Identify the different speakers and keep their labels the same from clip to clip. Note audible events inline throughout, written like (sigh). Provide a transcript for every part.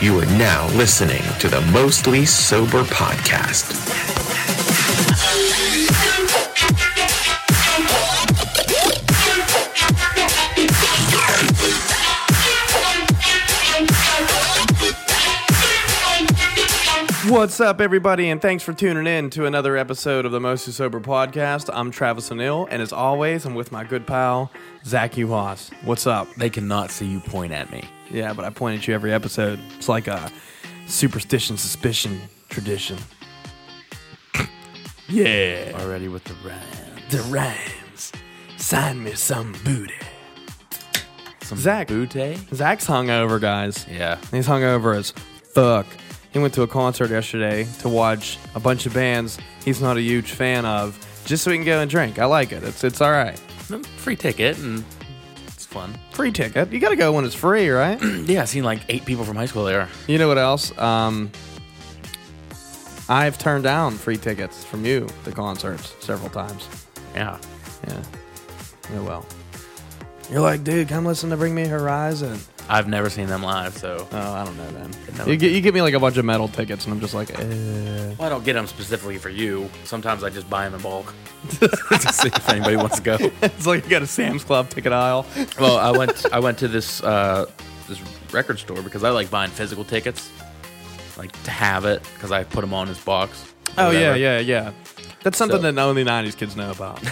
Speaker 1: You are now listening to the Mostly Sober Podcast.
Speaker 2: What's up, everybody, and thanks for tuning in to another episode of the Mostly Sober Podcast. I'm Travis O'Neill, and as always, I'm with my good pal, Zach Uhas. What's up?
Speaker 3: They cannot see you point at me.
Speaker 2: Yeah, but I point at you every episode. It's like a superstition, suspicion, tradition. yeah.
Speaker 3: Already with the rhyme.
Speaker 2: The rhymes. Sign me some booty. Zach.
Speaker 3: Booty?
Speaker 2: Zach's hungover, guys.
Speaker 3: Yeah.
Speaker 2: He's hungover as fuck. He went to a concert yesterday to watch a bunch of bands he's not a huge fan of, just so he can go and drink. I like it. It's it's all right.
Speaker 3: Mm, Free ticket, and it's fun.
Speaker 2: Free ticket. You got to go when it's free, right?
Speaker 3: (clears throat) Yeah, I've seen like eight people from high school there.
Speaker 2: you know what else? Um, I've turned down free tickets from you to concerts several times.
Speaker 3: Yeah.
Speaker 2: Yeah. Oh well. You're like, dude, come listen to Bring Me Horizon.
Speaker 3: I've never seen them live, so.
Speaker 2: Oh, I don't know them.
Speaker 3: No.
Speaker 2: You, gi- you give me like a bunch of metal tickets, and I'm just like, (laughs) eh.
Speaker 3: Well, I don't get them specifically for you. Sometimes I just buy them in (laughs) bulk to see if anybody wants to (laughs) go.
Speaker 2: it's like you got a Sam's Club ticket aisle.
Speaker 3: Well, I went. I went to this uh, this record store because I like buying physical tickets, like to have it because I put them on his box. or
Speaker 2: Oh yeah,
Speaker 3: whatever.
Speaker 2: yeah, yeah. That's something
Speaker 3: So-
Speaker 2: that only '90s kids know about.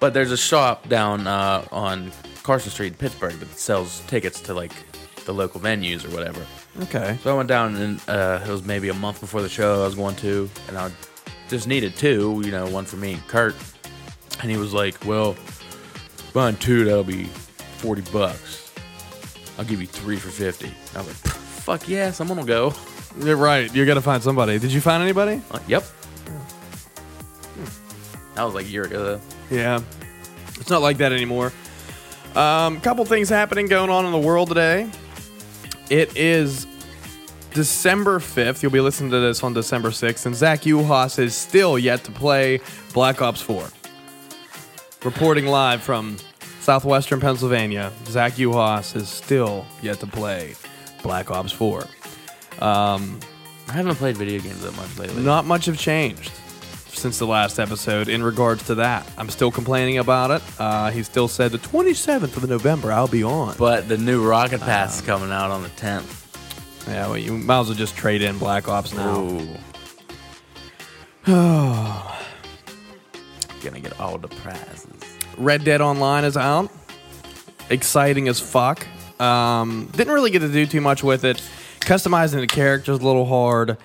Speaker 3: But there's a shop down uh, on Carson Street in Pittsburgh that sells tickets to like the local venues or whatever.
Speaker 2: (laughs) okay.
Speaker 3: So I went down and uh, it was maybe a month before the show I was going to, and I just needed two, you know, one for me and Kurt. And he was like, "Well, buying two that'll be forty bucks. I'll give you three for 50 I was like, "Fuck yeah, someone will go."
Speaker 2: You're right. You got to find somebody. Did you find anybody?
Speaker 3: I'm like, yep. Hmm. That was like a year ago. Though.
Speaker 2: Yeah. It's not like that anymore. Um, couple things happening going on in the world today. It is December 5th. You'll be listening to this on December 6th, and Zach Uhas is still yet to play Black Ops 4. Reporting live from southwestern Pennsylvania, Zach Uhas is still yet to play Black Ops 4.
Speaker 3: I haven't played video games that much lately.
Speaker 2: Not much have changed since the last episode in regards to that. I'm still complaining about it. Uh, he still said the 27th of November I'll be on. But
Speaker 3: But the new Rocket Pass is coming out on the 10th.
Speaker 2: yeah, well, you might as well just trade in Black Ops now.
Speaker 3: (sighs) Gonna get all the prizes.
Speaker 2: Red Dead Online is out. Exciting as fuck. Um, didn't really get to do too much with it. Customizing the characters a little hard.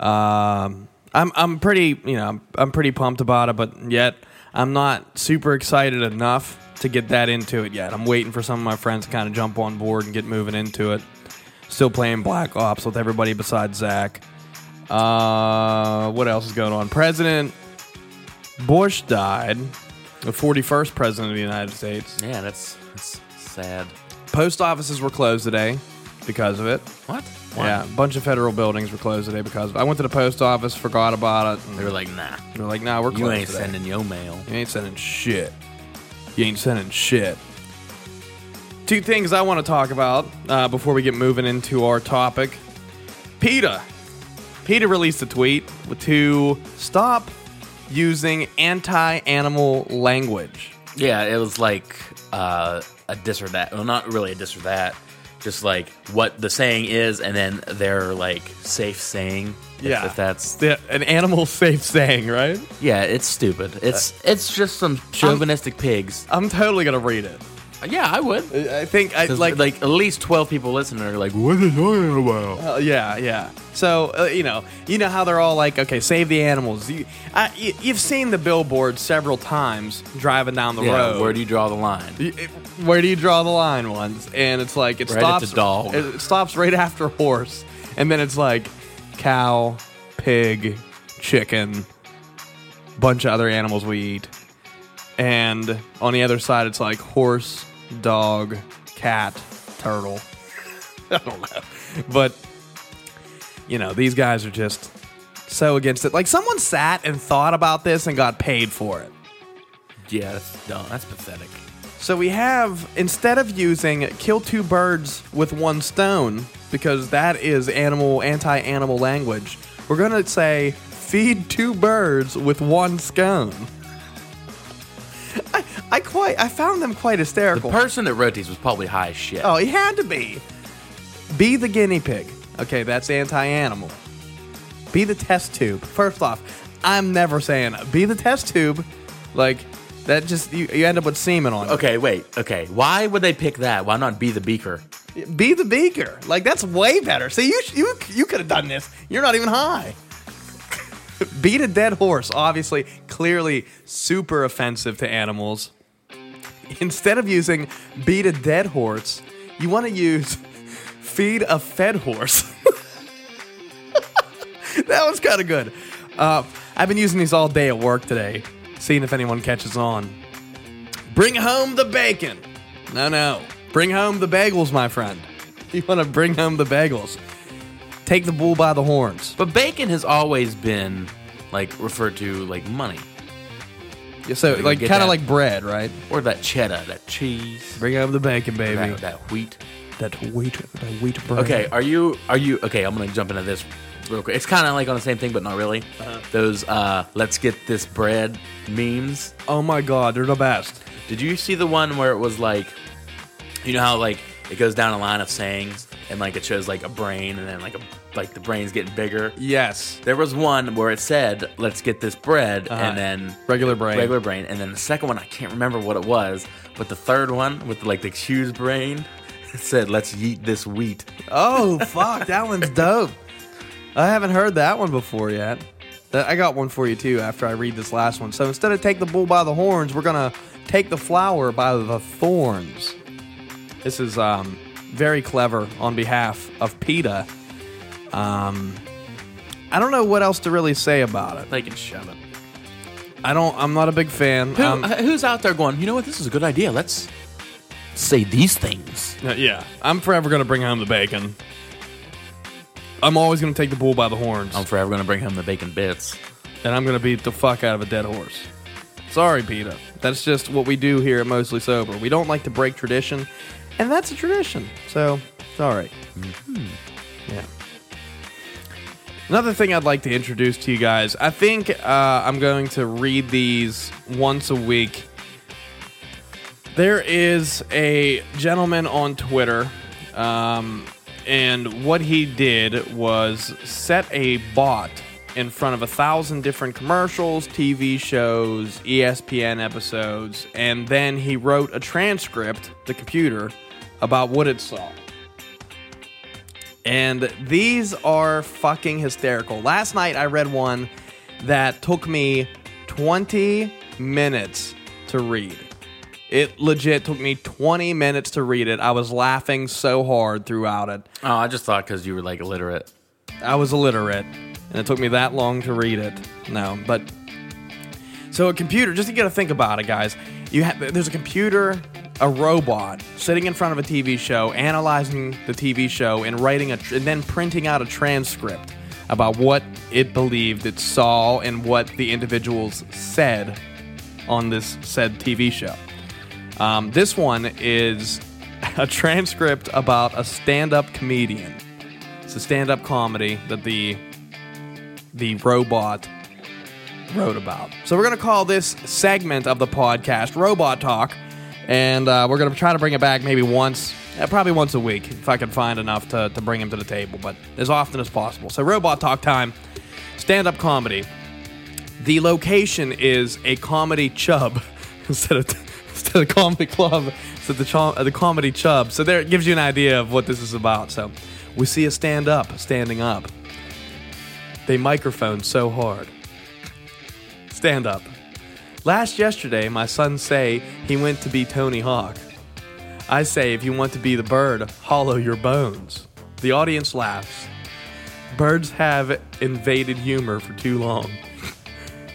Speaker 2: Um, I'm I'm pretty you know I'm, I'm pretty pumped about it, but yet I'm not super excited enough to get that into it yet. I'm waiting for some of my friends to kind of jump on board and get moving into it. Still playing Black Ops with everybody besides Zach. Uh, what else is going on? President Bush died, the 41st president of the United States.
Speaker 3: Yeah, that's that's sad.
Speaker 2: Post offices were closed today because of it.
Speaker 3: What?
Speaker 2: Yeah, a bunch of federal buildings were closed today because of it. I went to the post office, forgot about it. And
Speaker 3: They were like, nah,
Speaker 2: they were like, nah, we're closed.
Speaker 3: you ain't
Speaker 2: today.
Speaker 3: sending your mail.
Speaker 2: You ain't sending shit. You ain't sending shit. Two things I want to talk about uh, before we get moving into our topic. PETA. PETA released a tweet to stop using anti animal language.
Speaker 3: Yeah, it was like uh, a this or that. Well, not really a this or that. Just like what the saying is, and then their like safe saying. if-
Speaker 2: Yeah.
Speaker 3: if that's
Speaker 2: Yeah, an animal safe saying, right?
Speaker 3: yeah, it's stupid. It's it's just some chauvinistic pigs.
Speaker 2: I'm totally gonna read it.
Speaker 3: Yeah, I would.
Speaker 2: I I think I
Speaker 3: Like,
Speaker 2: like,
Speaker 3: like at least twelve people listening are like, what are you talking about?
Speaker 2: uh, yeah, yeah. So uh, you know, you know how they're all like, okay, save the animals. You, I, you, you've seen the billboard several times driving down the
Speaker 3: Yeah,
Speaker 2: road.
Speaker 3: where do you draw the line?
Speaker 2: Y- it- where do you draw the line ones and it's like it
Speaker 3: Right at the
Speaker 2: stops
Speaker 3: dog.
Speaker 2: It, it stops right after horse and then it's like cow pig chicken bunch of other animals we eat and on the other side it's like horse dog cat turtle (laughs) i don't know but you know these guys are just so against it like someone sat and thought about this and got paid for it
Speaker 3: Yeah, that's dumb. That's pathetic.
Speaker 2: So we have instead of using kill two birds with one stone because that is animal anti-animal language, we're going to say feed two birds with one scone. I, I quite I found them quite
Speaker 3: The
Speaker 2: hysterical.
Speaker 3: person that wrote these was probably high as shit.
Speaker 2: oh, he had to be. Be the guinea pig. Okay, that's anti-animal. Be the test tube. First off, I'm never saying be the test tube. Like that just you, you end up with semen on it.
Speaker 3: Okay, wait. Okay, why would they pick that? Why not be the beaker?
Speaker 2: Be the beaker. Like that's way better. See, you you you could have done this. You're not even high. (laughs) Beat a dead horse. Obviously, clearly super offensive to animals. Instead of using beat a dead horse, you want to use (laughs) feed a fed horse. (laughs) that was kind of good. Uh, I've been using these all day at work today, seeing if anyone catches on. Bring home the bacon. No, no. Bring home the bagels, my friend. (laughs) You want to bring home the bagels. Take the bull by the horns.
Speaker 3: But bacon has always been like referred to like money
Speaker 2: So,
Speaker 3: you
Speaker 2: like,
Speaker 3: get
Speaker 2: kind of
Speaker 3: that.
Speaker 2: like bread, right?
Speaker 3: or that cheddar, that cheese,
Speaker 2: Bring home the bacon, baby.
Speaker 3: that, that wheat.
Speaker 2: That wheat, that wheat bread.
Speaker 3: Okay, are you are you okay? I'm gonna jump into this real quick. It's kind of like on the same thing, but not really. Those uh, let's get this bread memes.
Speaker 2: Oh my God, they're the best.
Speaker 3: Did you see the one where it was like, you know how like it goes down a line of sayings and like it shows like a brain and then like a like the brain's getting bigger.
Speaker 2: Yes.
Speaker 3: There was one where it said, "Let's get this bread,"
Speaker 2: Uh-huh.
Speaker 3: and then
Speaker 2: Regular brain.
Speaker 3: regular brain, and then the second one I can't remember what it was, but the third one with like the huge brain (laughs) it said, "Let's yeet this wheat."
Speaker 2: Oh fuck, that one's dope. I haven't heard that one before yet. That- I got one for you too after I read this last one. So instead of take the bull by the horns, we're gonna take the flower by the thorns. This is um, very clever on behalf of PETA. Um, I don't know what else to really say about it.
Speaker 3: They can shove it.
Speaker 2: I don't. I'm not a big fan.
Speaker 3: Who,
Speaker 2: Um,
Speaker 3: who's out there going? You know what? This is a good idea. Let's say these things.
Speaker 2: Uh, yeah, I'm forever gonna bring home the bacon. I'm always gonna take the bull by the horns.
Speaker 3: I'm forever gonna bring home the bacon bits.
Speaker 2: and I'm gonna beat the fuck out of a dead horse. Sorry, PETA. That's just what we do here at Mostly Sober. We don't like to break tradition, and that's a tradition. So, sorry. Yeah. Another thing I'd like to introduce to you guys. I think uh, I'm going to read these once a week. There is a gentleman on Twitter, um, and what he did was set a bot in front of a thousand different commercials, TV shows, E ESPN episodes, and then he wrote a transcript, the computer, about what it saw. And these are fucking hysterical. Last night I read one that took me 20 minutes to read. It legit took me 20 minutes to read it. I was laughing so hard throughout it.
Speaker 3: Oh, I just thought because you were like illiterate.
Speaker 2: I was illiterate, and it took me that long to read it. No, but so a computer. Just you got to think about it, guys. You have there's a computer, a robot sitting in front of a TV show, analyzing the TV show and writing a tr- and then printing out a transcript about what it believed it saw and what the individuals said on this said TV show. Um, this one is (laughs) a transcript about a stand-up comedian. It's a stand-up comedy that the the robot wrote about. So we're gonna call this segment of the podcast Robot Talk, and uh, we're gonna try to bring it back maybe once, uh, probably once a week if I can find enough to to bring him to the table, but as often as possible. So Robot Talk time, stand-up comedy. The location is a comedy chub (laughs) instead of instead of comedy club. So the chom- uh, the comedy chub. So there it gives you an idea of what this is about. So we see a stand up standing up. They microphone so hard. Stand up. Last yesterday, my son say he went to be Tony Hawk. I say if you want to be the bird, hollow your bones. The audience laughs. Birds have invaded humor for too long.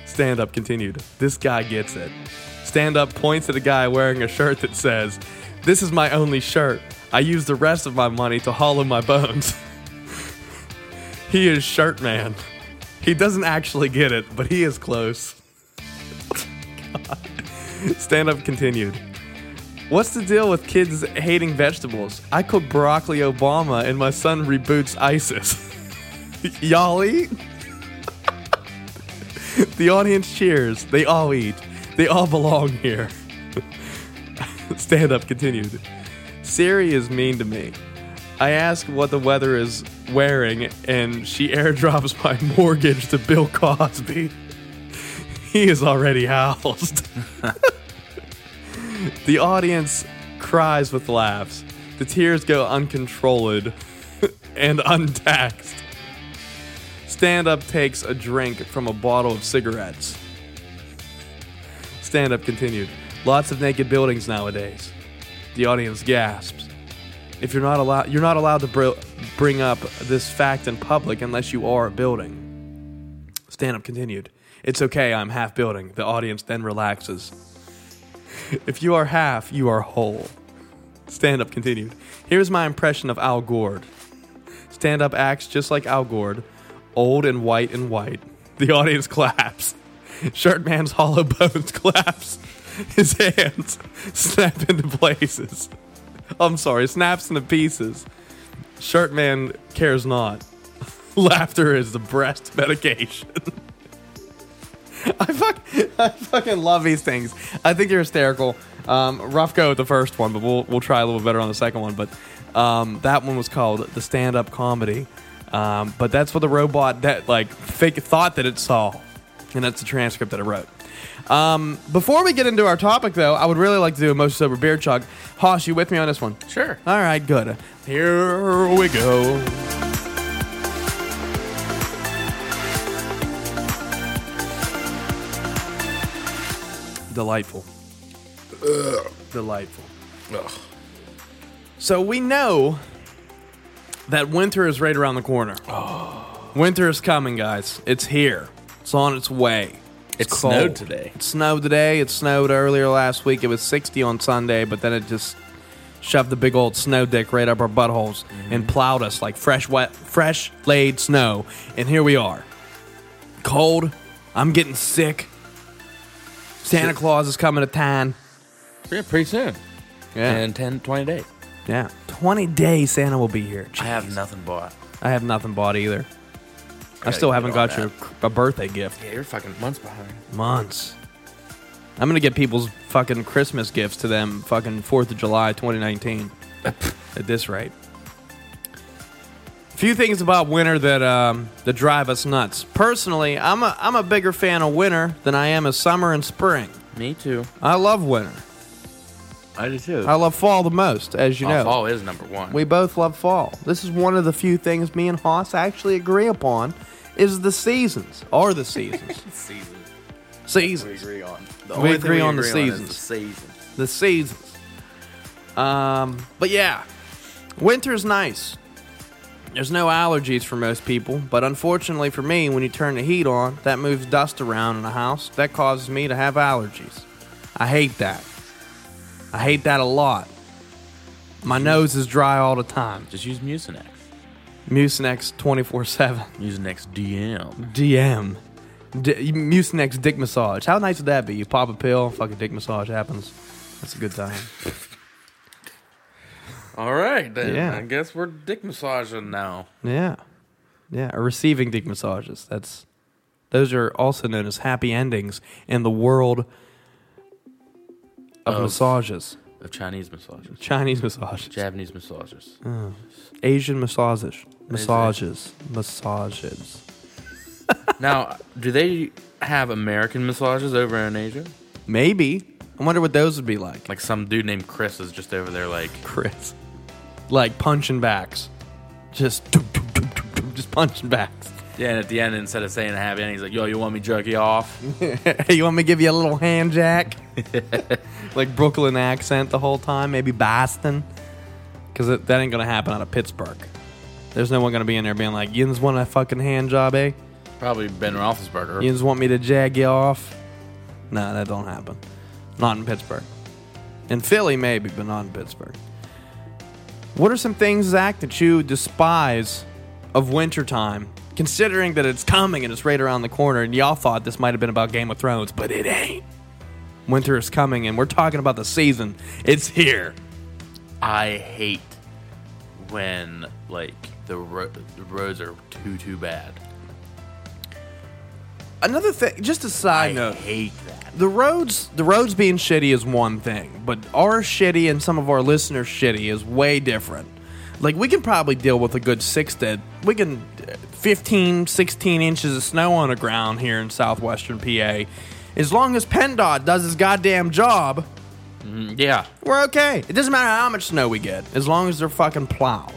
Speaker 2: Stand up continued. This guy gets it. Stand up points at a guy wearing a shirt that says, This is my only shirt. I use the rest of my money to hollow my bones. (laughs) he is shirt man. He doesn't actually get it, but he (laughs) is close. Stand up continued. What's the deal with kids hating vegetables? I cook broccoli Obama and my son reboots ISIS. (laughs) Y'all eat? the audience cheers. They all eat. They all (laughs) belong here. Stand up continued. Siri is mean to me. I ask what the weather is wearing, and she airdrops my (laughs) mortgage to Bill Cosby. He is already housed. (laughs) the audience cries with laughs. The tears go uncontrolled (laughs) and untaxed. Stand up takes a drink from a bottle of cigarettes. Stand up continued. Lots of naked buildings nowadays. The audience gasps. If you're not allowed, you're not allowed to br- bring up this fact in public unless you are a building. Stand up continued. It's okay, I'm half building. The audience then relaxes. (laughs) If you are half, you are whole. Stand up continued. Here's my impression of Al Gord. Stand up acts just like Al Gord, old and white and white. The audience claps. Shirt man's hollow bones (laughs) claps. His hands (laughs) snap into places. I'm sorry, snaps into pieces. Shirt man cares not. (laughs) Laughter is the breast medication. (laughs) I fuck, I fucking love these things. I think you're hysterical. Um, rough go with the first one, but we'll we'll try a little better on the second one. But um, that one was called the stand up comedy. Um, but that's what the robot that like fake thought that it saw, and that's the transcript that I wrote. Um, before we get into our topic, though, I would really like to do a most sober beer chug. Hosh, you with me on this one?
Speaker 3: Sure.
Speaker 2: All right, good. Here we go. Delightful. Delightful. So we know that winter is right around the corner.
Speaker 3: Oh.
Speaker 2: Winter is coming, guys. It's here. It's on its way.
Speaker 3: It
Speaker 2: cold.
Speaker 3: snowed today.
Speaker 2: It snowed today. It snowed earlier last week. It was 60 on Sunday, but then it just shoved the big old snow dick right up our buttholes
Speaker 3: Mm-hmm.
Speaker 2: and plowed us like fresh wet, fresh laid snow. And here we are. Cold. I'm getting sick. Santa Claus is coming to town.
Speaker 3: Yeah, pretty soon.
Speaker 2: Yeah.
Speaker 3: In 10, 20 days.
Speaker 2: yeah. 20 days Santa will be here.
Speaker 3: I have nothing bought.
Speaker 2: I have nothing bought either. I,
Speaker 3: gotta
Speaker 2: still
Speaker 3: get
Speaker 2: haven't
Speaker 3: on
Speaker 2: got
Speaker 3: that.
Speaker 2: you a birthday gift.
Speaker 3: Yeah, you're fucking months behind.
Speaker 2: months. I'm gonna get people's fucking Christmas gifts to them fucking Fourth of July
Speaker 3: (laughs)
Speaker 2: 2019. at this rate, few things about winter that um, that drive us nuts. Personally, I'm a I'm a bigger fan of winter than I am of summer and spring.
Speaker 3: Me too.
Speaker 2: I love winter.
Speaker 3: I do too.
Speaker 2: I love fall the most, as you know.
Speaker 3: Oh, fall is number one.
Speaker 2: We both love fall. This is one of the few things me and Haas actually agree upon is the seasons. Are the (laughs) seasons.
Speaker 3: season.
Speaker 2: seasons.
Speaker 3: on. The
Speaker 2: We agree on the seasons.
Speaker 3: season.
Speaker 2: the seasons. Um, but yeah, winter's nice. There's no allergies for most people, but unfortunately for me, when you turn the heat on, that moves dust around in the house. That causes me to have allergies. I hate that. I hate that a lot. My nose is dry all the time.
Speaker 3: Just use Mucinex.
Speaker 2: Mucinex 24 7.
Speaker 3: Mucinex DM.
Speaker 2: DM. D- Mucinex dick massage. How nice would that be? You pop a pill, fucking dick massage happens. That's a good time.
Speaker 3: All right, then.
Speaker 2: Yeah.
Speaker 3: I guess we're dick massaging now.
Speaker 2: Yeah. Yeah. Or receiving dick massages. That's those are also known as happy endings in the world of, massages.
Speaker 3: Of Chinese massages,
Speaker 2: Chinese massages.
Speaker 3: Japanese massages.
Speaker 2: Asian massages. Massages. Massages.
Speaker 3: now, do they have American massages over in Asia?
Speaker 2: Maybe. I wonder what those would be like.
Speaker 3: Like some dude named Chris is just over there, like
Speaker 2: Chris. Like punching backs. Just (laughs) doop, doop, doop, doop, doop, just punching backs.
Speaker 3: yeah. And at the end, instead of saying happy ending, he's like, "Yo, you want me jerky (laughs) off?"
Speaker 2: hey, (laughs) you want me to give you a little hand jack? (laughs) like Brooklyn accent the whole time, maybe Boston. Because that ain't going to happen out of Pittsburgh. There's no one going to be in there being like, Yins want a fucking hand job, eh?
Speaker 3: Probably Ben Roethlisberger.
Speaker 2: Yins want me to jag you off? No, that don't happen. Not in Pittsburgh. In Philly, maybe, but not in Pittsburgh. What are some things, Zach, that you despise of wintertime? Considering that it's coming and it's right around the corner, and y'all thought this might have been about Game of Thrones, but it ain't. Winter is coming, and we're talking about the season. It's here.
Speaker 3: I hate when like the, ro- the roads are too too bad.
Speaker 2: Another thing, just a
Speaker 3: I,
Speaker 2: side note.
Speaker 3: hate that.
Speaker 2: the roads the roads being shitty is one thing but our shitty and some of our listeners shitty is way different like we can probably deal with a good six to we can uh, 15 16 inches of snow on the ground here in southwestern pa as long as pendot does his goddamn job
Speaker 3: Mm, Yeah,
Speaker 2: we're okay it doesn't matter how much snow we get as long as they're fucking plowed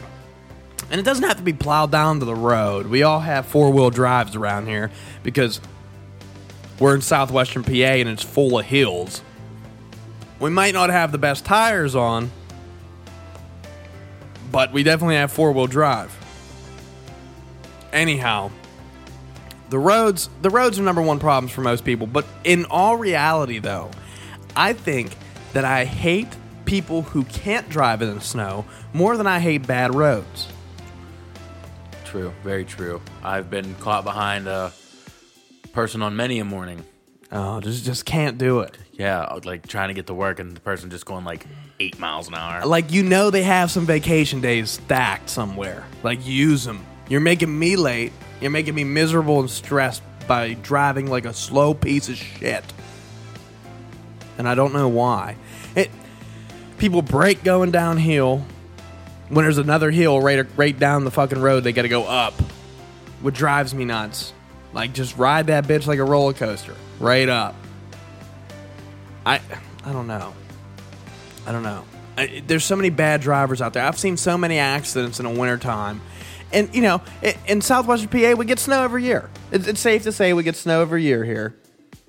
Speaker 2: and it doesn't have to be plowed down to the road we all have four-wheel drives around here because we're in southwestern PA and it's full of hills. We might not have the best tires on, but we definitely have four wheel drive. Anyhow, the roads the roads are number one problems for most people, but in all reality though, I think that I hate people who can't drive in the snow more than I hate bad roads.
Speaker 3: true, very true. I've been caught behind a person on many a morning.
Speaker 2: Oh, just just can't do it.
Speaker 3: Yeah, I was, like trying to get to work and the person just going like eight miles an hour.
Speaker 2: like you know they have some vacation days stacked somewhere. Like use them. You're making me late. You're making me miserable and stressed by driving like a slow piece of shit. And I don't know why. It people break going downhill. When there's another hill right right down the fucking road, they got to go up, which drives me nuts. Like just ride that bitch like a roller coaster, right up. I I don't know. I don't know. I, there's so many bad drivers out there. I've seen so many accidents in the wintertime. And, you know, in, in southwestern PA, we get snow every year. It's, it's safe to say we get snow every year here.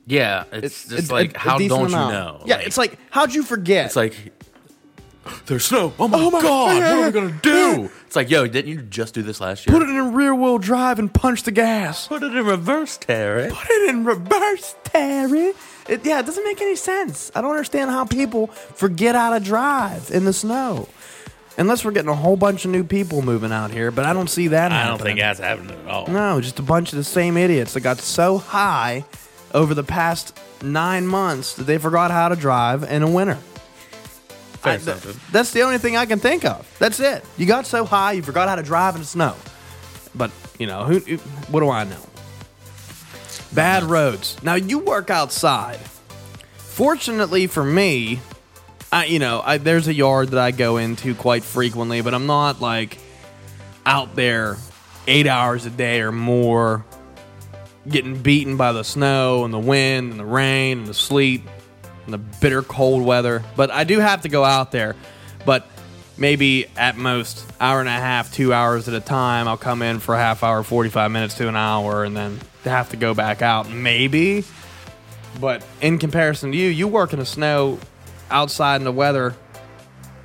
Speaker 3: yeah, it's, just
Speaker 2: a-
Speaker 3: like
Speaker 2: a
Speaker 3: how
Speaker 2: decent
Speaker 3: don't
Speaker 2: amount.
Speaker 3: you know?
Speaker 2: Yeah, it's like, how'd you forget?
Speaker 3: it's like there's snow. Oh my,
Speaker 2: Oh my-
Speaker 3: god, what are we gonna do? It's like yo, didn't you just do this last year?
Speaker 2: put it in rear wheel drive and punch the gas.
Speaker 3: Put it in reverse, Terry.
Speaker 2: Put it in reverse, Terry. It, yeah, it doesn't make any sense. I don't understand how people forget how to drive in the snow. Unless we're getting a whole bunch of new people moving out here, but I don't see that
Speaker 3: I
Speaker 2: happening.
Speaker 3: don't think that's happening at all.
Speaker 2: No, just a bunch of the same idiots that got so high over the past nine months that they forgot how to drive in a winter.
Speaker 3: Say
Speaker 2: I- th-
Speaker 3: something.
Speaker 2: that's the only thing I can think of. That's it. You got so high, you forgot how to drive in the snow. But you know, who? who- What do I know? Bad roads. Now you work outside. Fortunately for me, I you know I, there's a yard that I go into quite frequently, but I'm not like out there eight hours a day or more, getting beaten by the snow and the wind and the rain and the sleet and the bitter cold weather. But I do have to go out there, but maybe at most hour and a half, two hours at a time. I'll come in for a half hour, forty five minutes to an hour, and then have to go back out. Maybe. But in comparison to you, you work in the snow outside in the weather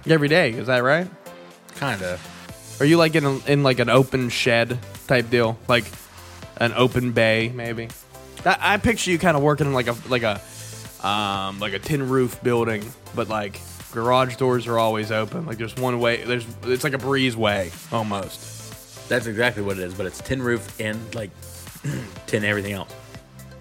Speaker 2: every day. Is that right?
Speaker 3: Kinda.
Speaker 2: Are you like in a, in like an open shed type deal, like an open bay maybe? That, I picture you kind of working in like a like a um, like a tin roof building, but like garage doors are always open. Like there's one way. There's it's like a breezeway almost.
Speaker 3: That's exactly what it is, but it's tin roof and like (clears throat) tin everything else.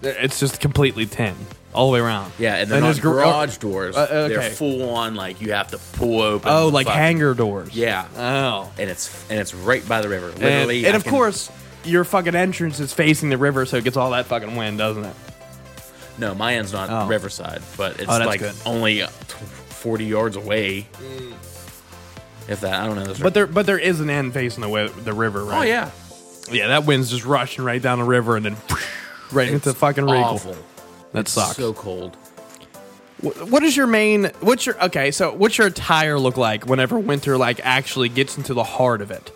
Speaker 2: It's just completely tin all the way around.
Speaker 3: Yeah, and then those
Speaker 2: gar-
Speaker 3: garage doors,
Speaker 2: Uh, okay.
Speaker 3: they're full on like you have to pull open.
Speaker 2: Oh,
Speaker 3: the
Speaker 2: like
Speaker 3: fucking-
Speaker 2: hangar doors.
Speaker 3: Yeah.
Speaker 2: Oh.
Speaker 3: and it's and it's right by the river.
Speaker 2: And,
Speaker 3: Literally,
Speaker 2: and
Speaker 3: I
Speaker 2: of
Speaker 3: can-
Speaker 2: course, your fucking entrance is facing the river, so it gets all that fucking wind, doesn't it?
Speaker 3: no, my end's not
Speaker 2: Oh.
Speaker 3: Riverside, but it's
Speaker 2: Oh, that's
Speaker 3: like
Speaker 2: good.
Speaker 3: only uh, t- forty yards away. If that, I don't know. Those are-
Speaker 2: But there, but there is an end facing the wi- the river, right?
Speaker 3: oh yeah,
Speaker 2: yeah. That wind's just rushing right down the river and then right into the fucking regal.
Speaker 3: awful.
Speaker 2: That sucks.
Speaker 3: So cold.
Speaker 2: Wh- what is your main? What's your okay? So what's your attire look like whenever winter like actually gets into the heart of it?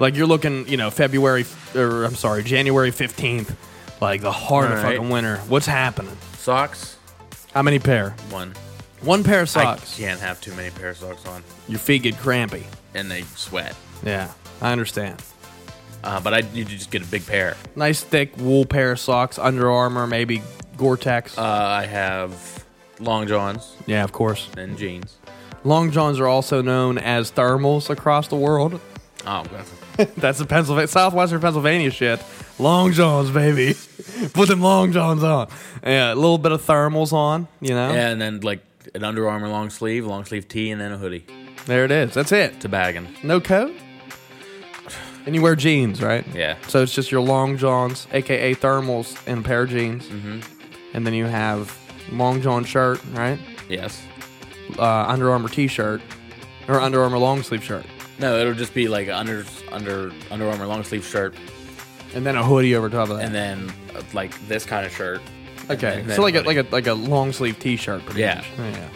Speaker 2: Like you're looking, you know, February f- or I'm sorry, January fifteenth, like the heart of
Speaker 3: Alright.
Speaker 2: fucking winter. What's happening?
Speaker 3: Socks.
Speaker 2: How many pair?
Speaker 3: One.
Speaker 2: One pair of
Speaker 3: I
Speaker 2: socks.
Speaker 3: can't have too many pair of socks on,
Speaker 2: Your feet get crampy.
Speaker 3: and they sweat.
Speaker 2: Yeah, I understand.
Speaker 3: Uh, but I need to just get a big pair.
Speaker 2: Nice thick wool pair of socks, Under Armour, maybe Gore-Tex.
Speaker 3: Uh, I have long johns
Speaker 2: yeah, of course.
Speaker 3: and jeans.
Speaker 2: Long johns are also known as thermals across the world.
Speaker 3: Oh, God.
Speaker 2: That's the Pennsylvania, southwestern Pennsylvania shit. Long johns, baby. (laughs) Put them long johns on. Yeah, a little bit of thermals on. You know,
Speaker 3: yeah, and then like an Under Armour long sleeve, long sleeve tee, and then a hoodie.
Speaker 2: there it is. That's it.
Speaker 3: Tobagging.
Speaker 2: No coat. And you wear jeans, right?
Speaker 3: Yeah.
Speaker 2: So it's just your long johns, aka thermals, and a pair of jeans. Mm-hmm. And then you have long john shirt, right?
Speaker 3: Yes.
Speaker 2: Uh, Under Armour t-shirt or Under Armour long sleeve shirt,
Speaker 3: No, it'll just be like under under Under Armour long sleeve shirt,
Speaker 2: and then a hoodie over top of that.
Speaker 3: and then uh, like this kind of shirt.
Speaker 2: okay,
Speaker 3: and
Speaker 2: so like
Speaker 3: then
Speaker 2: a, like a like a long sleeve t-shirt, pretty
Speaker 3: Yeah.
Speaker 2: much. Yeah.
Speaker 3: And,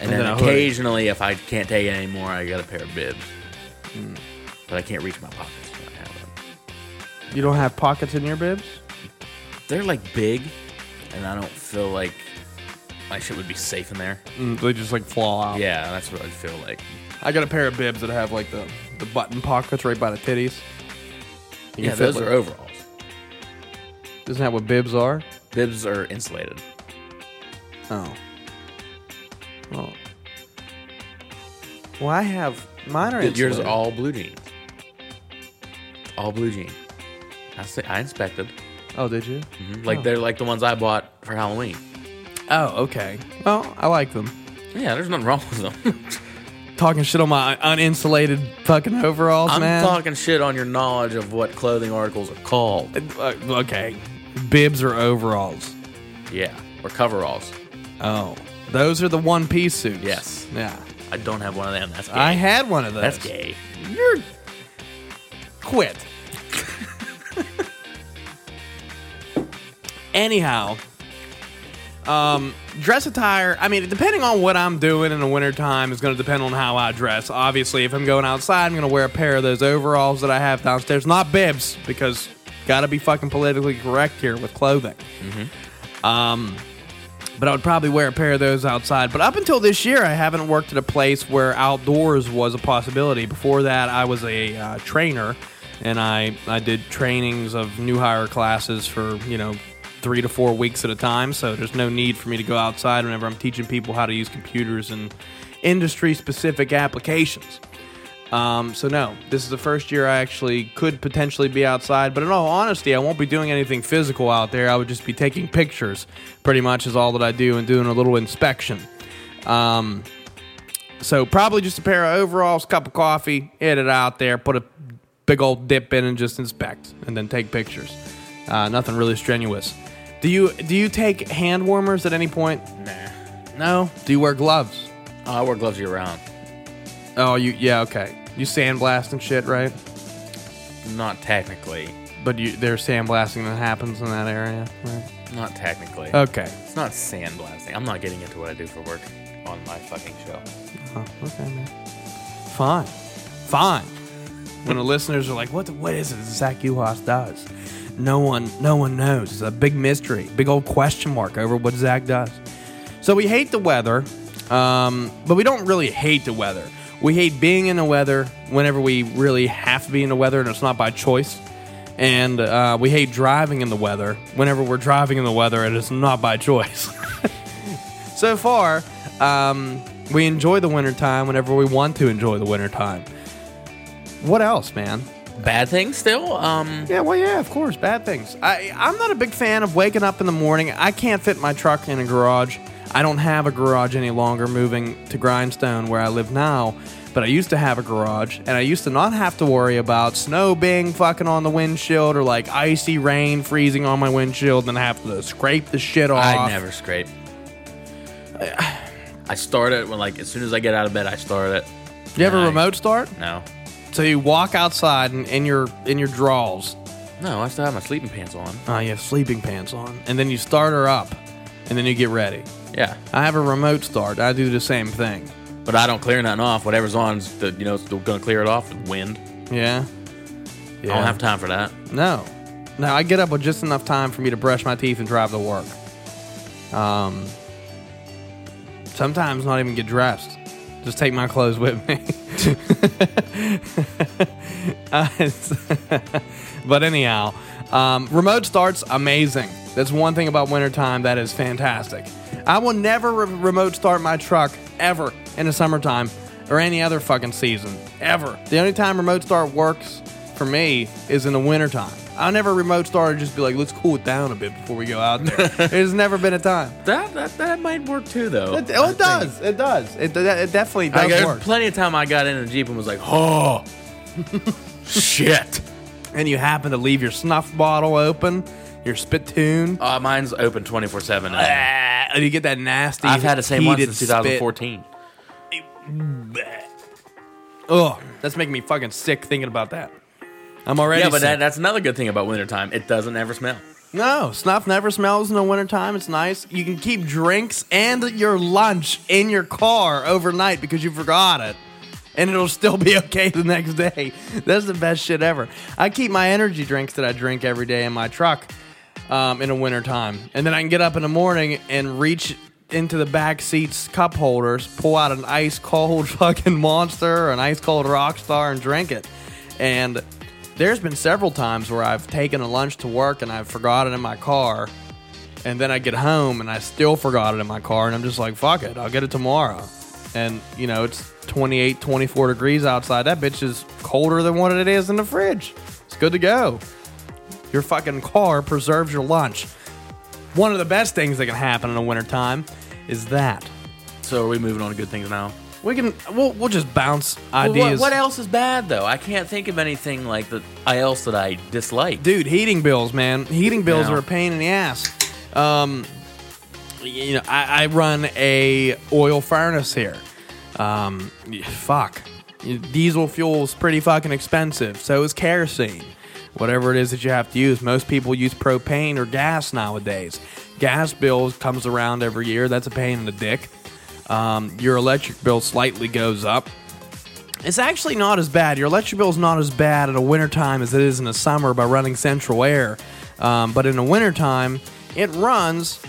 Speaker 2: and
Speaker 3: then,
Speaker 2: then a hoodie.
Speaker 3: occasionally, if I can't take it anymore, I got a pair of bibs. But I can't reach my pockets. when I have them.
Speaker 2: You don't have pockets in your bibs?
Speaker 3: They're like big, and I don't feel like my shit would be safe in there.
Speaker 2: Mm, they just like fall out.
Speaker 3: Yeah, that's what I feel like.
Speaker 2: I got a pair of bibs that have like the, the button pockets right by the titties. You can
Speaker 3: Yeah,
Speaker 2: fit,
Speaker 3: those
Speaker 2: like-
Speaker 3: are overalls.
Speaker 2: Isn't that what bibs are?
Speaker 3: Bibs are insulated.
Speaker 2: Oh. Well. Well, I have mine are
Speaker 3: Yours
Speaker 2: insulated.
Speaker 3: are all blue jeans. All blue jean. I say I inspected.
Speaker 2: Oh, did you?
Speaker 3: Mhm. Like they're like the ones I bought for Halloween.
Speaker 2: Oh, okay. Well, I like them.
Speaker 3: Yeah, there's nothing wrong with them.
Speaker 2: Talking shit on my uninsulated fucking overalls,
Speaker 3: I'm
Speaker 2: man.
Speaker 3: talking shit on your knowledge of what clothing articles are called.
Speaker 2: Uh, okay, bibs or overalls.
Speaker 3: Yeah, or coveralls.
Speaker 2: Oh, those are the one piece suits.
Speaker 3: Yes.
Speaker 2: Yeah.
Speaker 3: I don't have one of them. That's gay.
Speaker 2: I had one of those.
Speaker 3: That's gay.
Speaker 2: You're quit. (laughs) Anyhow, um, dress attire. I mean, depending on what I'm doing in the wintertime is going to depend on how I dress. Obviously, if I'm going outside, I'm going to wear a pair of those overalls that I have downstairs, not bibs, because got to be fucking politically correct here with clothing. Um, but I would probably wear a pair of those outside. But up until this year, I haven't worked at a place where outdoors was a possibility. Before that, I was a uh, trainer, and I I did trainings of new hire classes for you know three to four weeks at a time. So there's no need for me to go outside whenever I'm teaching people how to use computers and industry specific applications. Um, so no, this is the first year I actually could potentially be outside. But in all honesty, I won't be doing anything physical out there. I would just be taking pictures, pretty much is all that I do, and doing a little inspection. Um, so probably just a pair of overalls, cup of coffee, hit it out there, put a big old dip in, and just inspect, and then take pictures. Uh, nothing really strenuous. Do you do you take hand warmers at any point?
Speaker 3: Nah.
Speaker 2: No. Do you wear gloves?
Speaker 3: Oh, I wear gloves year round.
Speaker 2: Oh, you yeah okay. You sandblast and shit, right?
Speaker 3: Not technically.
Speaker 2: But you, there's sandblasting that happens in that area. Right?
Speaker 3: Not technically.
Speaker 2: Okay.
Speaker 3: it's not sandblasting. I'm not getting into what I do for work on my fucking show.
Speaker 2: Oh, okay, man. Fine. Fine. When the listeners are like, "What? The, what is it that Zach Uhas does?" No one, no one knows. It's a big mystery, big old question mark over what Zach does. So we hate the weather, um, but we don't really hate the weather. We hate being in the weather whenever we really have to be in the weather, and it's not by choice. And uh, we hate driving in the weather whenever we're driving in the weather, and it's not by choice. so far, um, we enjoy the wintertime whenever we want to enjoy the wintertime. What else, man?
Speaker 3: Bad thing still? Um,
Speaker 2: Yeah, well, yeah, of course, bad things. I, I'm not a big fan of waking up in the morning. I can't fit my truck in a garage. I don't have a garage any longer moving to Grindstone where I live now, but I used to have a garage, and I used to not have to worry about snow being fucking on the windshield or like icy rain freezing on my windshield and have to scrape the shit off.
Speaker 3: I never scrape. I start it when, like, as soon as I get out of bed, I start it.
Speaker 2: You have a
Speaker 3: Nice.
Speaker 2: remote start?
Speaker 3: No.
Speaker 2: So you walk outside and in your in your drawers.
Speaker 3: No, I still have my sleeping pants on.
Speaker 2: Uh, you have sleeping pants on, and then you start her up, and then you get ready.
Speaker 3: Yeah.
Speaker 2: I have a remote start. I do the same thing.
Speaker 3: But I don't clear nothing off. Whatever's on, is the, you know, it's going to clear it off with wind.
Speaker 2: Yeah.
Speaker 3: I don't have time for that.
Speaker 2: No. No, I get up with just enough time for me to brush my teeth and drive to work. Um. Sometimes not even get dressed. Just take my clothes with me. (laughs) Uh, it's- but anyhow, um, remote starts amazing. That's one thing about wintertime that is fantastic. I will never re- remote start my truck ever in the summertime or any other fucking season ever. The only time remote start works for me is in the wintertime. I never remote start and just be like, let's cool it down a bit before we go out there. (laughs) There's never been a time.
Speaker 3: That, that that might work too, though.
Speaker 2: It, oh, it does. It does. It, it definitely
Speaker 3: I
Speaker 2: does
Speaker 3: got,
Speaker 2: work.
Speaker 3: plenty of time I got in a jeep and was like, oh, shit.
Speaker 2: and you happen to leave your snuff bottle open, your spittoon,
Speaker 3: Uh, mine's open twenty four seven.
Speaker 2: ah, and you get that nasty.
Speaker 3: I've had the same one
Speaker 2: heated
Speaker 3: since two
Speaker 2: spit.
Speaker 3: thousand fourteen.
Speaker 2: Ugh, that's making me fucking sick thinking about that. I'm already
Speaker 3: Yeah, but
Speaker 2: sick.
Speaker 3: that, that's another good thing about wintertime. It doesn't ever smell.
Speaker 2: No, snuff never smells in the wintertime. It's nice. You can keep drinks and your lunch in your car overnight because you forgot it. And it'll still be (laughs) okay the next day. That's the best shit ever. I keep my energy drinks that I drink every day in my truck um, in the wintertime. And then I can get up in the morning and reach into the back seat's cup holders, pull out an ice cold (laughs) fucking monster or an ice cold rock star and drink it. And there's been several times where I've taken a lunch to work and I've forgotten it in my car. And then I get home and I still forgot it in my car. And I'm just like, fuck it, I'll get it tomorrow. And, you know, it's 28, 24 degrees outside. That bitch is colder than what it is in the fridge. It's good to go. Your fucking car preserves your lunch. One of the best things that can happen in the wintertime is that.
Speaker 3: So are we moving on to good things now?
Speaker 2: We can, we'll, we'll just bounce
Speaker 3: Well,
Speaker 2: ideas.
Speaker 3: what, what else is bad though? I can't think of anything like that else that I dislike.
Speaker 2: dude heating bills man heating bills
Speaker 3: Yeah.
Speaker 2: are a pain in the ass um you know i, I run a oil furnace here um y- fuck diesel fuel is pretty fucking expensive so is kerosene whatever it is that you have to use most people use propane or gas nowadays gas bills comes around every year that's a pain in the dick um, your electric bill slightly goes up it's actually not as bad. Your electric bill is not as bad in the wintertime as it is in the summer by running central air. Um, but in the wintertime, it runs.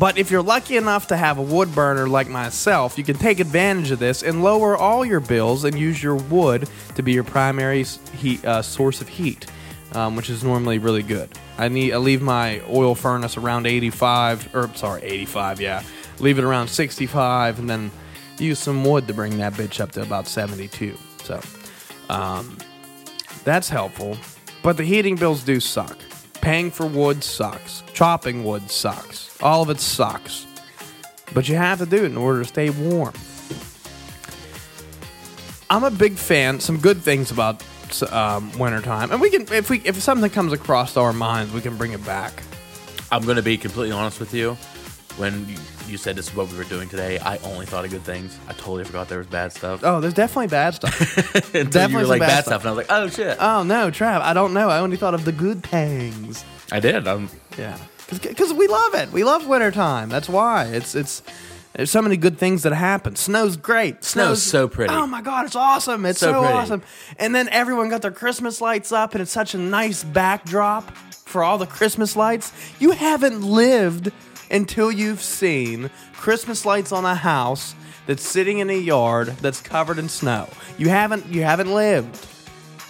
Speaker 2: But if you're lucky enough to have a wood burner like myself, you can take advantage of this and lower all your bills and use your wood to be your primary s- heat, uh, source of heat, um, which is normally really good. I need I leave my oil furnace around 85, or sorry, 85, yeah. Leave it around 65, and then use some wood to bring that bitch up to about 72. So, um, that's helpful. But the heating bills do suck. Paying for wood sucks. Chopping wood sucks. All of it sucks. But you have to do it in order to stay warm. I'm a big fan. Some good things about um, wintertime, and we can if we if something comes across our minds, we can bring it back.
Speaker 3: I'm gonna be completely honest with you. When you, you said this is what we were doing today, I only thought of good things. I totally forgot there was bad stuff.
Speaker 2: Oh, there's definitely bad stuff.
Speaker 3: (laughs) Until
Speaker 2: definitely
Speaker 3: you were
Speaker 2: some
Speaker 3: like
Speaker 2: bad stuff.
Speaker 3: bad, stuff. and I was like, oh shit.
Speaker 2: oh no, Trav, I don't know. I only thought of the good things.
Speaker 3: I did. I'm,
Speaker 2: Yeah, because we love it. We love wintertime. That's why it's it's. There's so many good things that happen. Snow's great.
Speaker 3: Snow's so pretty.
Speaker 2: Oh my god, it's awesome. It's so,
Speaker 3: So pretty.
Speaker 2: awesome. And then everyone got their Christmas lights up, and it's such a nice backdrop for all the Christmas lights. You haven't lived until you've seen Christmas lights on a house that's sitting in a yard that's covered in snow. You haven't you haven't lived.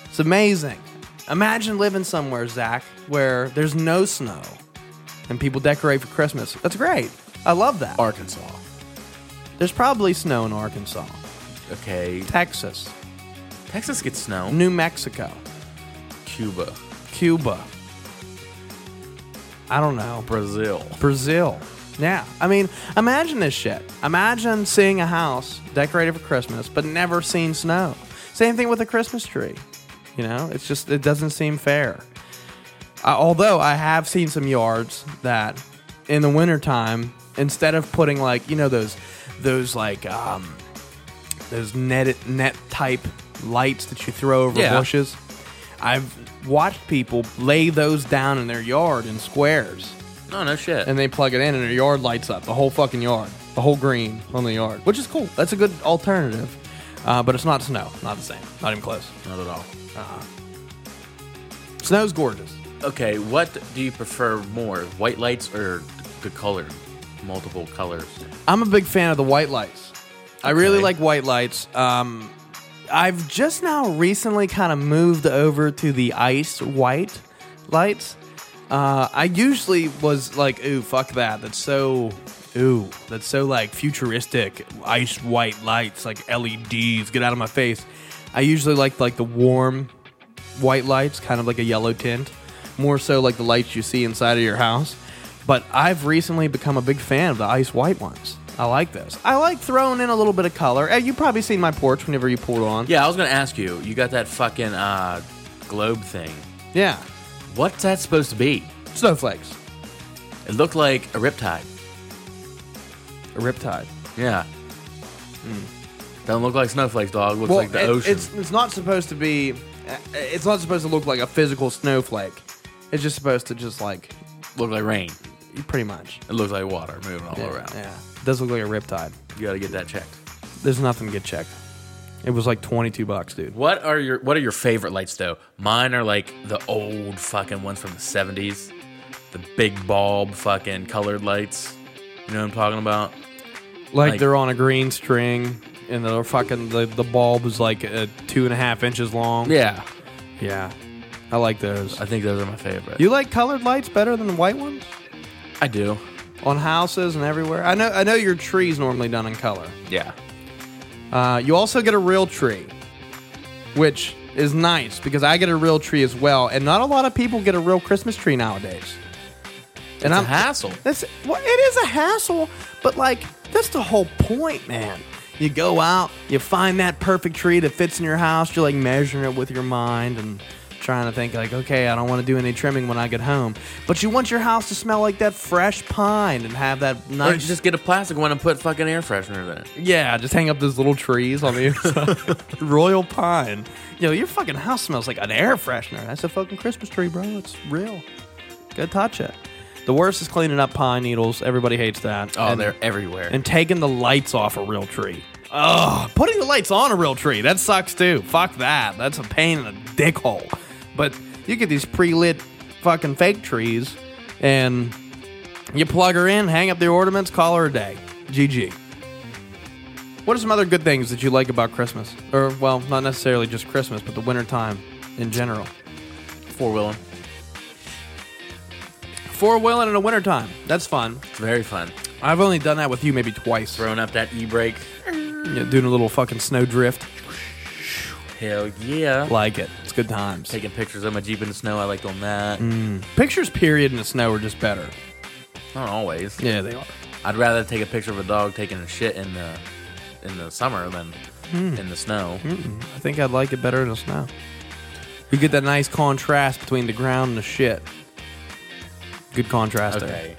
Speaker 2: It's amazing. Imagine living somewhere, Zach, where there's no snow and people decorate for Christmas. That's great. I love that.
Speaker 3: Arkansas.
Speaker 2: There's probably snow in Arkansas,
Speaker 3: Okay.
Speaker 2: Texas,
Speaker 3: Texas gets snow.
Speaker 2: New Mexico,
Speaker 3: Cuba.
Speaker 2: Cuba. I don't know.
Speaker 3: Brazil.
Speaker 2: Brazil. Yeah. I mean, imagine this shit. Imagine seeing a house decorated for Christmas, but never seen snow. Same thing with a Christmas tree. You know, it's just, it doesn't seem fair. I, although I have seen some yards that in the wintertime, instead of putting like, you know, those, those like, um, those net, net type lights that you throw over
Speaker 3: Yeah.
Speaker 2: bushes, I've watched people lay those down in their yard in squares
Speaker 3: No, no shit.
Speaker 2: and they plug it in and their yard lights up the whole fucking yard the whole green on the yard which is cool that's a good alternative uh, but it's not snow not the same not even close
Speaker 3: Not at all.
Speaker 2: snow's gorgeous
Speaker 3: Okay, what do you prefer more, white lights or the color, multiple colors?
Speaker 2: i'm a big fan of the white lights i really
Speaker 3: Okay.
Speaker 2: like white lights um, i've just now recently kind of moved over to the ice white lights uh, i usually was like ooh fuck that that's so ooh, that's so like futuristic, ice white lights, like LEDs, get out of my face. I usually like like the warm white lights, kind of like a yellow tint, more so like the lights you see inside of your house. But I've recently become a big fan of the ice white ones. I like those. I like throwing in a little bit of color. Eh, You've probably seen my porch whenever you pulled on.
Speaker 3: Yeah, I was gonna ask you. You got that fucking uh, globe thing.
Speaker 2: Yeah.
Speaker 3: What's that supposed to be?
Speaker 2: Snowflakes.
Speaker 3: It looked like a riptide.
Speaker 2: A riptide.
Speaker 3: Yeah. Doesn't look like snowflakes, dog. Looks like the
Speaker 2: Hmm. it-
Speaker 3: ocean.
Speaker 2: It's it's not supposed to be. uh, It's not supposed to look like a physical snowflake. It's just supposed to just like
Speaker 3: Look like rain.
Speaker 2: pretty much
Speaker 3: It looks like water moving all
Speaker 2: yeah,
Speaker 3: around.
Speaker 2: Yeah, it does look like a riptide.
Speaker 3: You gotta get that checked.
Speaker 2: There's nothing to get checked. It was like 22 bucks, dude.
Speaker 3: What are your What are your favorite lights though? Mine are like the old fucking ones from the seventies, the big bulb fucking colored lights. You know what I'm talking about?
Speaker 2: Like,
Speaker 3: Like-
Speaker 2: they're on a green string, and they're fucking the, the bulb is like uh two and a half inches long.
Speaker 3: Yeah,
Speaker 2: yeah, I like those.
Speaker 3: I think those are my favorite.
Speaker 2: You like colored lights better than the white ones
Speaker 3: I do.
Speaker 2: on houses and everywhere. I know I know your tree's normally done in color.
Speaker 3: Yeah.
Speaker 2: Uh, you also get a real tree, which is nice because I get a real tree as well, and not a lot of people get a real Christmas tree nowadays. And
Speaker 3: It's
Speaker 2: I'm
Speaker 3: a hassle.
Speaker 2: That's well, it is a hassle, but like that's the whole point, man. You go out, you find that perfect tree that fits in your house. You're like measuring it with your mind and trying to think like, okay, I don't want to do any trimming when I get home, but you want your house to smell like that fresh pine and have that
Speaker 3: Or
Speaker 2: nice.
Speaker 3: just get a plastic one and put fucking air fresheners in it.
Speaker 2: Yeah, just hang up those little trees on the (laughs) inside. royal pine. Yo, your fucking house smells like an air freshener. That's a fucking Christmas tree, bro. It's real. Go touch it. The worst is cleaning up pine needles. Everybody hates that.
Speaker 3: Oh,
Speaker 2: and,
Speaker 3: they're everywhere.
Speaker 2: and taking the lights off a real tree. Ugh, putting the lights on a real tree that sucks too. Fuck that. That's a pain in the dick hole. But you get these pre-lit fucking fake trees, and you plug her in, hang up the ornaments, call her a day. GG. What are some other good things that you like about Christmas? Or, well, not necessarily just Christmas, but the wintertime in general.
Speaker 3: Four wheeling.
Speaker 2: Four wheeling in the wintertime. That's fun.
Speaker 3: It's very fun.
Speaker 2: I've only done that with you maybe twice.
Speaker 3: Throwing up that e brake.
Speaker 2: Yeah, doing a little fucking snow drift.
Speaker 3: Hell yeah.
Speaker 2: Like it. It's good times.
Speaker 3: Taking pictures of my Jeep in the snow. I like doing that.
Speaker 2: Pictures, period, in the snow are just better.
Speaker 3: Not always.
Speaker 2: Yeah, they are.
Speaker 3: I'd rather take a picture of a dog taking a shit in the in the summer than in the snow.
Speaker 2: I think I'd like it better in the snow. You get that nice contrast between the ground and the shit. Good contrast
Speaker 3: Okay.
Speaker 2: there.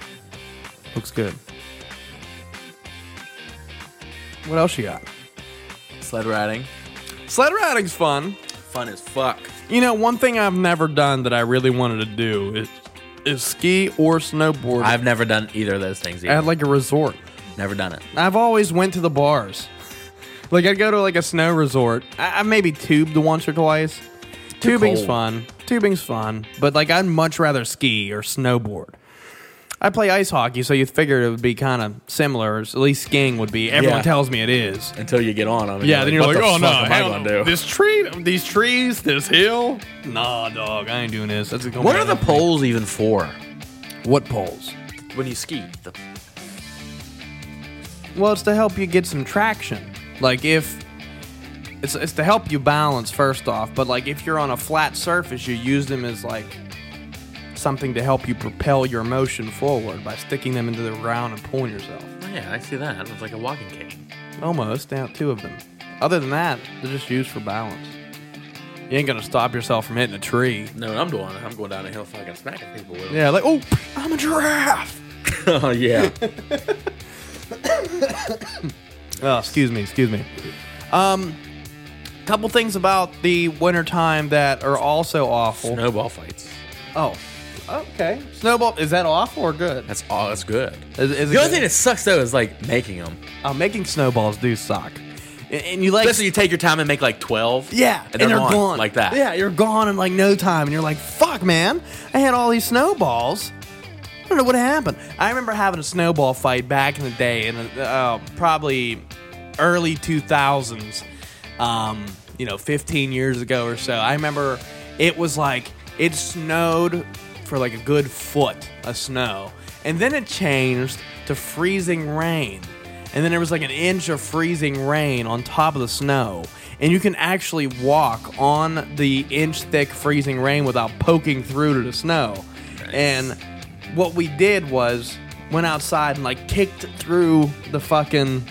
Speaker 2: Looks good. What else you got?
Speaker 3: Sled riding.
Speaker 2: Sled riding's fun.
Speaker 3: Fun as fuck.
Speaker 2: You know, one thing I've never done that I really wanted to do is, is ski or snowboard
Speaker 3: I've never done either of those things either.
Speaker 2: at like a resort.
Speaker 3: never done it.
Speaker 2: I've always went to the bars. Like I'd go to like a snow resort. I, I maybe tubed once or twice. Tubing's
Speaker 3: cold.
Speaker 2: fun. Tubing's fun. But like I'd much rather ski or snowboard. I play ice hockey, so you figure it would be kind of similar. Or at least skiing would be. Everyone
Speaker 3: Yeah.
Speaker 2: tells me it is.
Speaker 3: Until you get on them. and
Speaker 2: Yeah, then you're like, oh
Speaker 3: what the
Speaker 2: no,
Speaker 3: fuck am I
Speaker 2: hell
Speaker 3: gonna
Speaker 2: no.
Speaker 3: do?"
Speaker 2: this tree, these trees, this hill. Nah, dog, I ain't doing this. That's gonna
Speaker 3: What
Speaker 2: be-
Speaker 3: are the poles even for?
Speaker 2: what poles?
Speaker 3: When you ski, the
Speaker 2: Well, it's to help you get some traction. Like if it's it's to help you balance first off, but like if you're on a flat surface, you use them as like something to help you propel your motion forward by sticking them into the ground and pulling yourself.
Speaker 3: oh, yeah, I see that. It's like a walking cane.
Speaker 2: Almost down two of them. Other than that, they're just used for balance. You ain't gonna stop yourself from hitting a tree.
Speaker 3: No, what I'm doing. I'm going down a hill fucking smacking people with
Speaker 2: Yeah, like oh, I'm a giraffe.
Speaker 3: (laughs) oh yeah. (laughs)
Speaker 2: Oh, excuse me, excuse me. Um, couple things about the wintertime that are also awful.
Speaker 3: Snowball fights.
Speaker 2: Oh, okay. Snowball is that awful or good?
Speaker 3: That's all. That's good.
Speaker 2: Is, is it
Speaker 3: The only
Speaker 2: good?
Speaker 3: thing that sucks though is like making them.
Speaker 2: Uh, making snowballs do suck, and, and you like
Speaker 3: Especially you take your time and make like twelve.
Speaker 2: yeah,
Speaker 3: and they're, gone, like that.
Speaker 2: Yeah, you're gone in like no time, and you're like, fuck, man, I had all these snowballs. I don't know what happened. I remember having a snowball fight back in the day, in the, uh, probably early 2000s, um, you know, 15 years ago or so. I remember it was like it snowed for like a good foot of snow, and then it changed to freezing rain. And then there was like an inch of freezing rain on top of the snow. And you can actually walk on the inch thick freezing rain without poking through to the snow. And what we did was went outside and like kicked through the fucking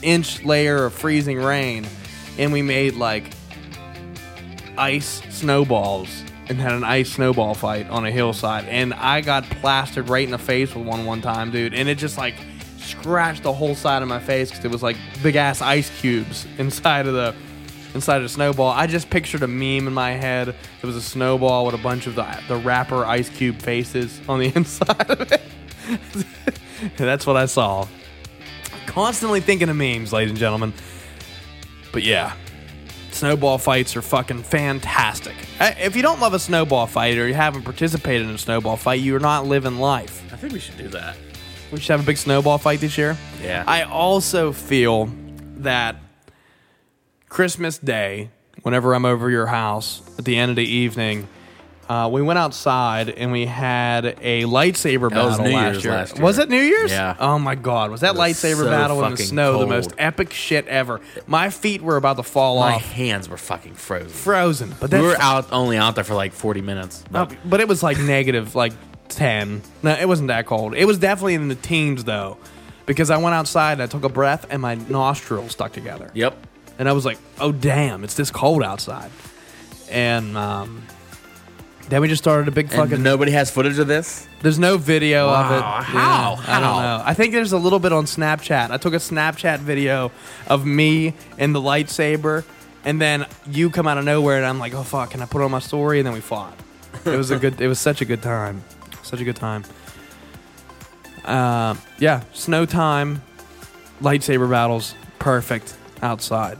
Speaker 2: inch layer of freezing rain. And we made like ice snowballs and had an ice snowball fight on a hillside and i got plastered right in the face with one one time dude and it just like scratched the whole side of my face because it was like big ass ice cubes (laughs) inside of the inside of the snowball i just pictured a meme in my head it was a snowball with a bunch of the, the rapper ice cube faces on the (laughs) inside of it that's what i saw constantly thinking of memes ladies and gentlemen but yeah snowball fights are fucking fantastic. Uh, If you don't love a snowball fight or you haven't participated in a snowball fight, you're not living life.
Speaker 3: I think we should do that.
Speaker 2: We should have a big snowball fight this year.
Speaker 3: Yeah.
Speaker 2: I also feel that Christmas Day, whenever I'm over your house at the end of the evening, uh, we went outside and we had a lightsaber
Speaker 3: That
Speaker 2: battle
Speaker 3: was New
Speaker 2: last,
Speaker 3: Year's
Speaker 2: year.
Speaker 3: last year.
Speaker 2: Was it New Year's?
Speaker 3: Yeah.
Speaker 2: Oh my God. Was that
Speaker 3: It was
Speaker 2: lightsaber
Speaker 3: so
Speaker 2: battle in the
Speaker 3: fucking
Speaker 2: snow the
Speaker 3: cold.
Speaker 2: most epic shit ever? My feet were about to fall
Speaker 3: My
Speaker 2: off.
Speaker 3: hands were fucking frozen.
Speaker 2: Frozen, but
Speaker 3: we
Speaker 2: that's
Speaker 3: were out only out there for like 40 minutes.
Speaker 2: Uh,
Speaker 3: But
Speaker 2: but it was like negative like 10 no it wasn't that cold it was definitely in the teens though because i went outside and i took a breath and my nostrils stuck together
Speaker 3: yep.
Speaker 2: and i was like oh damn it's this cold outside and um, then we just started a big
Speaker 3: And
Speaker 2: fucking
Speaker 3: nobody has footage of this.
Speaker 2: there's no video of it.
Speaker 3: Wow, how?
Speaker 2: I don't
Speaker 3: How?
Speaker 2: know. I think there's a little bit on Snapchat. I took a Snapchat video of me and the lightsaber, and then you come out of nowhere, and I'm like, oh fuck, can I put it on my story? And then we fought. It was a good. it was such a good time. Such a good time. Uh, yeah, snow time, lightsaber battles, perfect outside.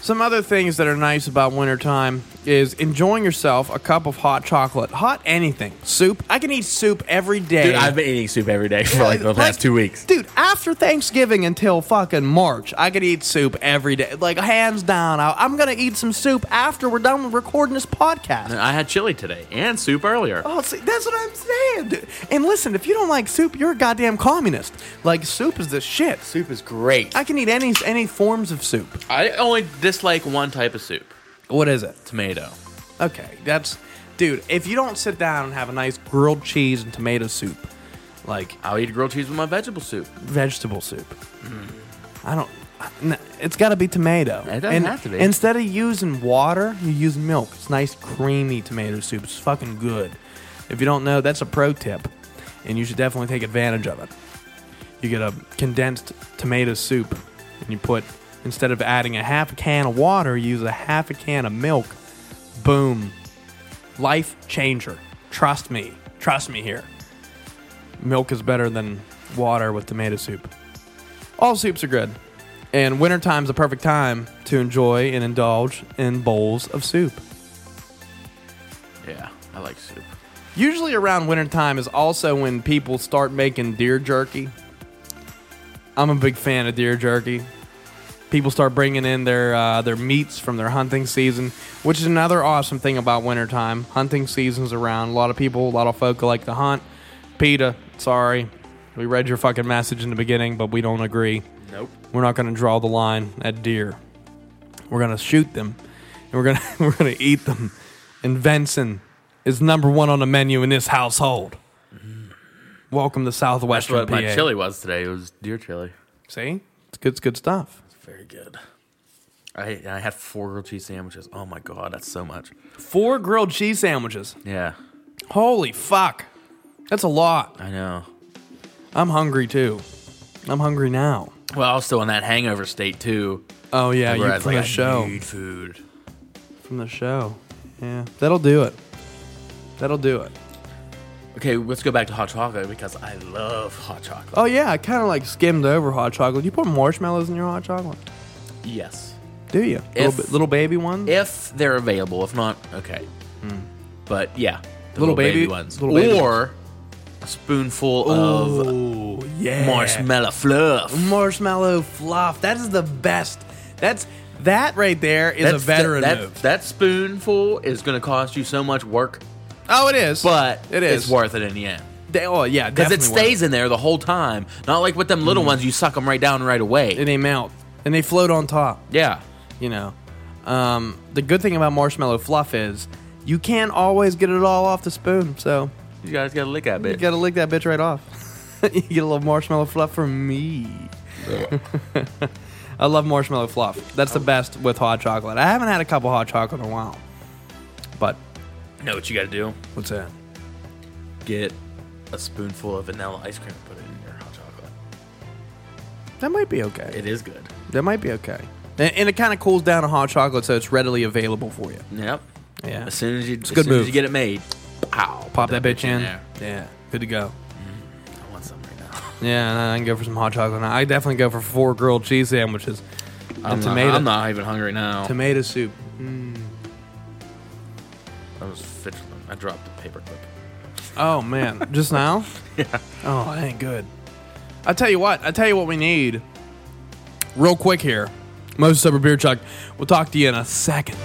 Speaker 2: Some other things that are nice about wintertime is enjoying yourself a cup of hot chocolate. Hot anything. Soup. I can eat soup every day.
Speaker 3: Dude, I've been eating soup every day for (laughs) like the past two weeks.
Speaker 2: Dude, after Thanksgiving until fucking March, I could eat soup every day. Like, hands down, I, I'm going to eat some soup after we're done with recording this podcast.
Speaker 3: I had chili today and soup earlier.
Speaker 2: Oh, see, that's what I'm saying, dude. And listen, if you don't like soup, you're a goddamn communist. Like, soup is the shit.
Speaker 3: Soup is great.
Speaker 2: I
Speaker 3: I,
Speaker 2: can eat any any forms of soup.
Speaker 3: only dislike one type of soup
Speaker 2: What is it?
Speaker 3: tomato.
Speaker 2: Okay, that's dude. If you don't sit down and have a nice grilled cheese and tomato soup, like
Speaker 3: I'll eat grilled cheese with my vegetable soup.
Speaker 2: vegetable soup, I don't. n- It's got to be tomato.
Speaker 3: Hmm. It doesn't
Speaker 2: and
Speaker 3: have to be.
Speaker 2: Instead of using water, you use milk. It's nice, creamy tomato soup. It's fucking good. If you don't know, that's a pro tip, and you should definitely take advantage of it. You get a condensed tomato soup, and you put instead of adding a half a can of water, you use a half a can of milk. Boom, life changer. Trust me. Trust me here. Milk is better than water with tomato soup. All soups are good. And wintertime's the perfect time to enjoy and indulge in bowls of soup.
Speaker 3: Yeah, I like soup.
Speaker 2: Usually around wintertime is also when people start making deer jerky. I'm a big fan of deer jerky. People start bringing in their uh, their meats from their hunting season, which is another awesome thing about wintertime. Hunting season's around. A lot of people, a lot of folk like to hunt. PETA, sorry. We read your fucking message in the beginning, but we don't agree.
Speaker 3: Nope.
Speaker 2: We're not going to draw the line at deer. We're going to shoot them, and we're going to (laughs) we're going to eat them. And venison is number one on the menu in this household. Welcome to
Speaker 3: That's
Speaker 2: southwestern
Speaker 3: what
Speaker 2: PA.
Speaker 3: my chili was today. It was deer chili.
Speaker 2: See, it's good. It's good stuff.
Speaker 3: Very good. I I had four grilled cheese sandwiches. Oh my god, that's so much.
Speaker 2: Four grilled cheese sandwiches.
Speaker 3: Yeah,
Speaker 2: Holy fuck, that's a lot.
Speaker 3: I know.
Speaker 2: I'm hungry too. I'm hungry now.
Speaker 3: Well, I was still in that hangover state too.
Speaker 2: Oh yeah,
Speaker 3: where I
Speaker 2: you
Speaker 3: was
Speaker 2: from
Speaker 3: like,
Speaker 2: the
Speaker 3: I
Speaker 2: show.
Speaker 3: need food.
Speaker 2: From the show. Yeah, that'll do it. That'll do it.
Speaker 3: Okay, let's go back to hot chocolate because I love hot chocolate.
Speaker 2: Oh yeah, I kind of like skimmed over hot chocolate. You put marshmallows in your hot chocolate,
Speaker 3: Yes,
Speaker 2: do you?
Speaker 3: If-
Speaker 2: little, ba- little baby ones.
Speaker 3: if they're available. If not, okay. Hmm. But yeah, the
Speaker 2: Little baby-
Speaker 3: ones,
Speaker 2: little baby
Speaker 3: or a spoonful of
Speaker 2: oh yeah,
Speaker 3: marshmallow fluff.
Speaker 2: marshmallow fluff. That is the best. That's that right there is a veteran
Speaker 3: that,
Speaker 2: move.
Speaker 3: That spoonful is going to cost you so much work,
Speaker 2: oh, it is.
Speaker 3: but
Speaker 2: it is
Speaker 3: It's worth it in the end.
Speaker 2: De- oh yeah,
Speaker 3: Because
Speaker 2: definitely Mm.
Speaker 3: it stays in there the whole time. Not like with them little ones, you suck them right down right away.
Speaker 2: and they melt and they float on top.
Speaker 3: yeah.
Speaker 2: You know, um, the good thing about marshmallow fluff is you can't always get it all off the spoon, so
Speaker 3: You guys got to lick that
Speaker 2: you
Speaker 3: bit.
Speaker 2: gotta lick that bitch right off. (laughs) you get a little marshmallow fluff from me. (laughs) I love marshmallow fluff. That's the best with hot chocolate. I haven't had a cup of hot chocolate in a while, but
Speaker 3: know what you got to do?
Speaker 2: what's that?
Speaker 3: Get a spoonful of vanilla ice cream and put it in your hot chocolate.
Speaker 2: That might be okay.
Speaker 3: It is good.
Speaker 2: That might be okay. And, and it kind of cools down a hot chocolate, so it's readily available for you.
Speaker 3: Yep.
Speaker 2: Yeah.
Speaker 3: As soon as you, as
Speaker 2: a good
Speaker 3: soon as
Speaker 2: move.
Speaker 3: you get it made, pow.
Speaker 2: Pop that
Speaker 3: put
Speaker 2: bitch in.
Speaker 3: there.
Speaker 2: Yeah. Good to go.
Speaker 3: I want some right now.
Speaker 2: Yeah, and I can go for some hot chocolate. now. I definitely go for four grilled cheese sandwiches
Speaker 3: I'm
Speaker 2: and
Speaker 3: not-
Speaker 2: tomato
Speaker 3: I'm not even hungry now.
Speaker 2: tomato soup.
Speaker 3: I was fidgeting. I dropped the paperclip.
Speaker 2: Oh man, just (laughs) now? yeah. Oh, that ain't good. I tell you what. I tell you what we need. Real quick here, Moses Sober Beer Chuck. We'll talk to you in a second.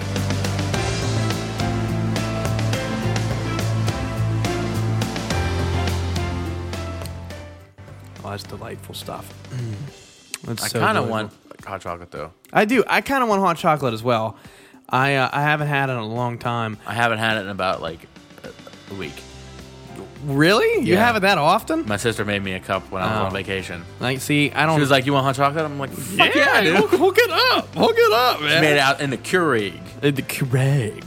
Speaker 2: Oh, that's delightful stuff. Mm. That's so
Speaker 3: I kind of
Speaker 2: delightful.
Speaker 3: want hot chocolate though.
Speaker 2: I do. I kind of want hot chocolate as well. I uh, I haven't had it in a long time.
Speaker 3: I haven't had it in about like a- a week.
Speaker 2: Really? You
Speaker 3: Yeah.
Speaker 2: have it that often?
Speaker 3: My sister made me a cup when I was
Speaker 2: Oh.
Speaker 3: on vacation.
Speaker 2: Like, see, I don't.
Speaker 3: She was like, "You want hot chocolate?" I'm like, "Fuck yeah, I do."
Speaker 2: Hook, hook it up. Hook it up, man.
Speaker 3: She made it out in the Keurig.
Speaker 2: Uh, The Keurig.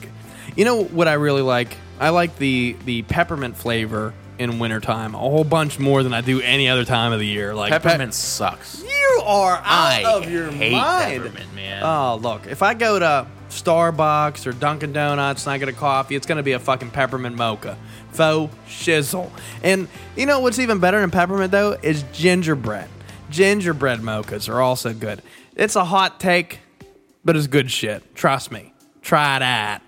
Speaker 2: You know what I really like? I like the the peppermint flavor in wintertime a whole bunch more than I do any other time of the year. Like pep-
Speaker 3: Peppermint sucks.
Speaker 2: you are out
Speaker 3: I
Speaker 2: of your
Speaker 3: hate
Speaker 2: mind.
Speaker 3: peppermint, man.
Speaker 2: Oh, look. If I go to Starbucks or Dunkin' Donuts and I get a coffee, it's going to be a fucking peppermint mocha. Faux shizzle. And you know what's even better than peppermint, though, is gingerbread. Gingerbread mochas are also good. It's a hot take, but it's good shit. Trust me. Try that.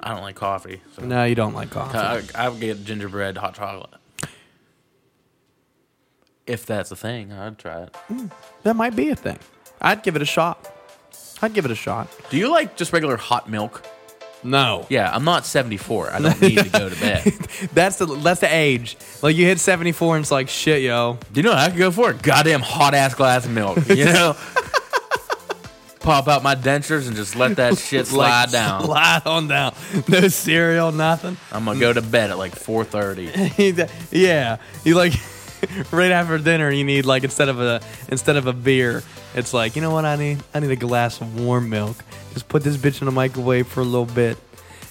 Speaker 3: I don't like coffee. So
Speaker 2: No, you don't like coffee.
Speaker 3: I, I would get gingerbread hot chocolate. If that's a thing, I'd try it.
Speaker 2: that might be a thing. I'd give it a shot. I'd give it a shot.
Speaker 3: Do you like just regular hot milk?
Speaker 2: No.
Speaker 3: Yeah, I'm not 74. I don't need to go to bed.
Speaker 2: (laughs) That's the that's the age. Like you hit 74 and it's like shit, yo.
Speaker 3: Do you know what I could go for? A goddamn hot ass glass of milk.
Speaker 2: (laughs)
Speaker 3: You know? Pop out my dentures and just let that shit slide
Speaker 2: Like, (laughs)
Speaker 3: down.
Speaker 2: Slide on down. No cereal, nothing. (laughs)
Speaker 3: I'm gonna go to bed at like 4:30.
Speaker 2: yeah, you like (laughs) right after dinner. You need like instead of a instead of a beer, it's like you know what I need? I need a glass of warm milk. Just put this bitch in the microwave for a little bit.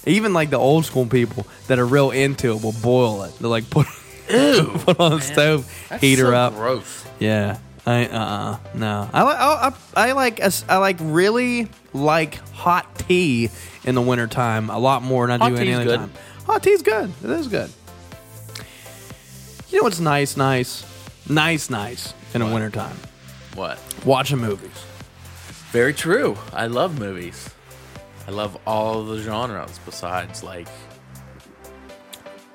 Speaker 2: Even like the old school people that are real into it will boil it. They'll like (laughs) put put on the stove, heat her
Speaker 3: so
Speaker 2: up.
Speaker 3: Gross.
Speaker 2: Yeah. I uh uh no. I like I, I I like a s- I like really like hot tea in the wintertime a lot more than I
Speaker 3: Hot
Speaker 2: do any
Speaker 3: tea's
Speaker 2: other
Speaker 3: good.
Speaker 2: time. Hot tea's good. It is good. You know what's nice, nice, nice, nice in the wintertime?
Speaker 3: What?
Speaker 2: Watching movies.
Speaker 3: Very true. I love movies. I love all the genres besides like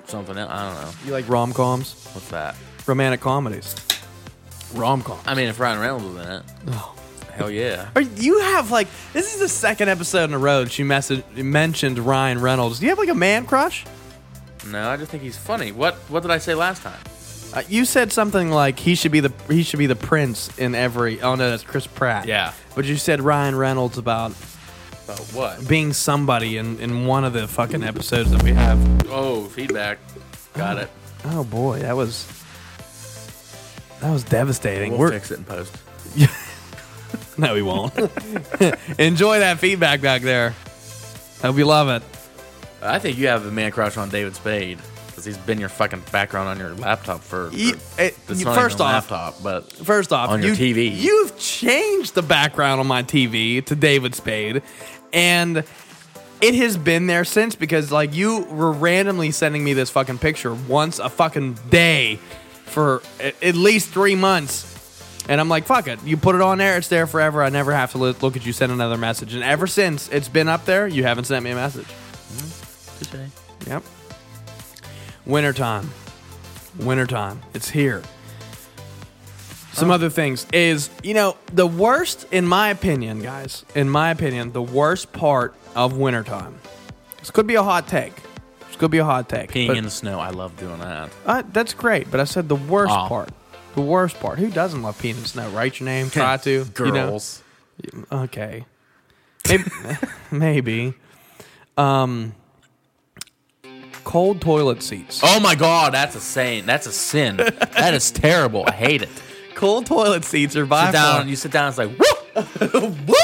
Speaker 3: something else. I don't know.
Speaker 2: You like rom coms,
Speaker 3: What's that?
Speaker 2: romantic comedies, rom com.
Speaker 3: I mean, if Ryan Reynolds was in it, hell yeah.
Speaker 2: Are you have like this is the second episode in a row that you message mentioned Ryan Reynolds. Do you have like a man crush?
Speaker 3: No, I just think he's funny. What? What did I say last time?
Speaker 2: Uh, you said something like he should be the he should be the prince in every. Oh no, that's Chris Pratt.
Speaker 3: Yeah.
Speaker 2: But you said Ryan Reynolds about
Speaker 3: About what?
Speaker 2: being somebody in, in one of the fucking episodes that we have.
Speaker 3: Oh, feedback. Got it.
Speaker 2: Oh boy, that was that was devastating.
Speaker 3: We'll
Speaker 2: We're-
Speaker 3: fix it in post.
Speaker 2: (laughs) no, we won't. (laughs) Enjoy that feedback back there. Hope you love it.
Speaker 3: I think you have a man crush on David Spade because he's been your fucking background on your laptop for.
Speaker 2: You-
Speaker 3: for-
Speaker 2: it-
Speaker 3: it's
Speaker 2: you-
Speaker 3: not
Speaker 2: first
Speaker 3: even a
Speaker 2: off-
Speaker 3: laptop, but
Speaker 2: First off,
Speaker 3: On your
Speaker 2: you,
Speaker 3: TV.
Speaker 2: you've changed the background on my TV to David Spade, and it has been there since because like you were randomly sending me this fucking picture once a fucking day for a- at least three months. And I'm like, fuck it. You put it on there, it's there forever. I never have to lo- look at you send another message. And ever since it's been up there, you haven't sent me a message. Yep. Wintertime. Wintertime. It's here.
Speaker 3: Oh.
Speaker 2: Some other things is, you know, the worst, in my opinion, guys, in my opinion, the worst part of wintertime. This could be a hot take. This Could be a hot take.
Speaker 3: Peeing
Speaker 2: but-
Speaker 3: in the snow. I love doing (laughs) that.
Speaker 2: Uh, that's great, but I said the worst
Speaker 3: Aw.
Speaker 2: part. The worst part. Who doesn't love peeing in the snow? Write your name. Try to.
Speaker 3: Girls.
Speaker 2: You know? Okay. Maybe. (laughs) maybe. Um, cold toilet seats.
Speaker 3: Oh my god, that's a sin. That's a (laughs) sin. that is terrible. I hate it.
Speaker 2: Cold toilet seats are by
Speaker 3: Sit down.
Speaker 2: far.
Speaker 3: You sit down. It's like (laughs) whoop,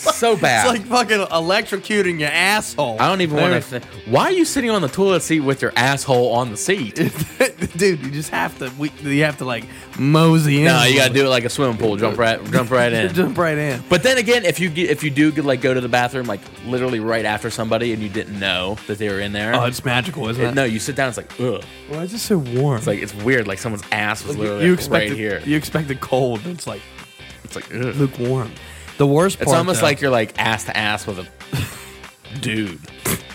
Speaker 3: so bad.
Speaker 2: It's like fucking electrocuting your asshole.
Speaker 3: I don't even want to. Th- Why are you sitting on the toilet seat with your asshole on the seat? (laughs)
Speaker 2: to. (laughs) Dude, you just have to. We, you have to like mosey in.
Speaker 3: no, you gotta do it like a swimming pool. Jump right, jump right (laughs) in.
Speaker 2: Jump right in.
Speaker 3: But then again, if you get, if you do get, like go to the bathroom like literally right after somebody and you didn't know that they were in there,
Speaker 2: Oh, it's magical, isn't
Speaker 3: it-
Speaker 2: it?
Speaker 3: no, you sit down. It's like ugh.
Speaker 2: Why is it so warm?
Speaker 3: It's like it's weird. Like someone's ass was literally
Speaker 2: you
Speaker 3: like,
Speaker 2: expect
Speaker 3: right
Speaker 2: it,
Speaker 3: here.
Speaker 2: You expect it cold. and It's like
Speaker 3: It's like ugh.
Speaker 2: lukewarm. The worst part.
Speaker 3: It's almost
Speaker 2: though-
Speaker 3: like you're like ass to ass with a
Speaker 2: (laughs)
Speaker 3: dude.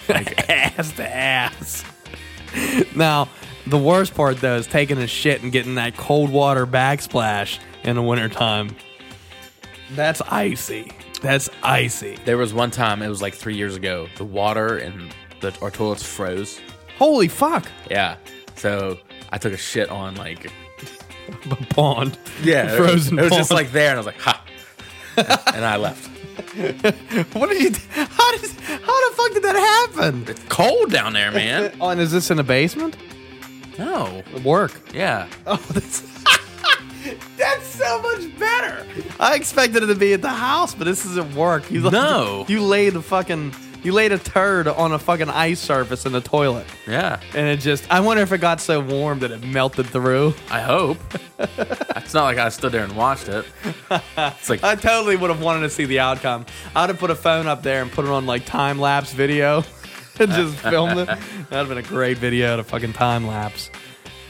Speaker 3: Like,
Speaker 2: ass to ass. now, the worst part though is taking a shit and getting that cold water backsplash in the wintertime. That's icy. That's icy.
Speaker 3: there was one time it was like three years ago. The water and the our toilets froze.
Speaker 2: Holy fuck! (laughs)
Speaker 3: Yeah, so I took a shit on like
Speaker 2: The pond.
Speaker 3: frozen.
Speaker 2: (laughs) frozen.
Speaker 3: It was just
Speaker 2: pond.
Speaker 3: like there, and I was
Speaker 2: (laughs)
Speaker 3: like ha, and I left.
Speaker 2: what did you? d- How did? How the fuck did that happen?
Speaker 3: It's cold down there, man.
Speaker 2: Oh, and is this in the basement?
Speaker 3: No,
Speaker 2: Work.
Speaker 3: yeah,
Speaker 2: Oh, that's (laughs) that's so much better. I expected it to be at the house, but this is at work. You
Speaker 3: No.
Speaker 2: you laid a fucking you laid a turd on a fucking ice surface in the toilet,
Speaker 3: yeah.
Speaker 2: and it just. I wonder if it got so warm that it melted through.
Speaker 3: I hope. it's not like I stood there and watched it. It's like
Speaker 2: I totally would have wanted to see the outcome. I'd have put a phone up there and put it on like time lapse video, (laughs) and just filmed it. That'd have been a great video to fucking time lapse.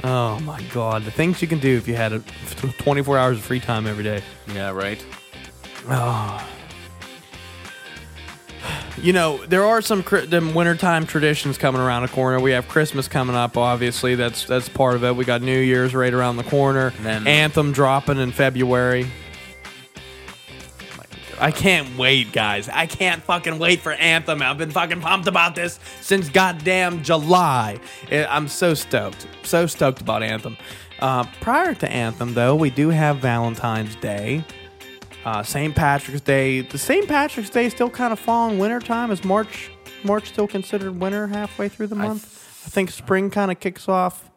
Speaker 2: Oh my god, the things you can do if you had a, 24 hours of free time every day.
Speaker 3: yeah, right.
Speaker 2: You know, there are some cri- them wintertime traditions coming around the corner. We have Christmas coming up, obviously. That's that's part of it. We got New Year's right around the corner.
Speaker 3: Then-
Speaker 2: Anthem dropping in February.
Speaker 3: My God.
Speaker 2: I can't wait, guys. I can't fucking wait for Anthem. I've been fucking pumped about this since goddamn July. I- I'm so stoked. So stoked about Anthem. Uh, prior to Anthem, though, we do have Valentine's Day, uh, St. Patrick's Day. The St. Patrick's Day is still kind of fall and winter time. Is March March still considered winter halfway through the month? I think spring kind of kicks off.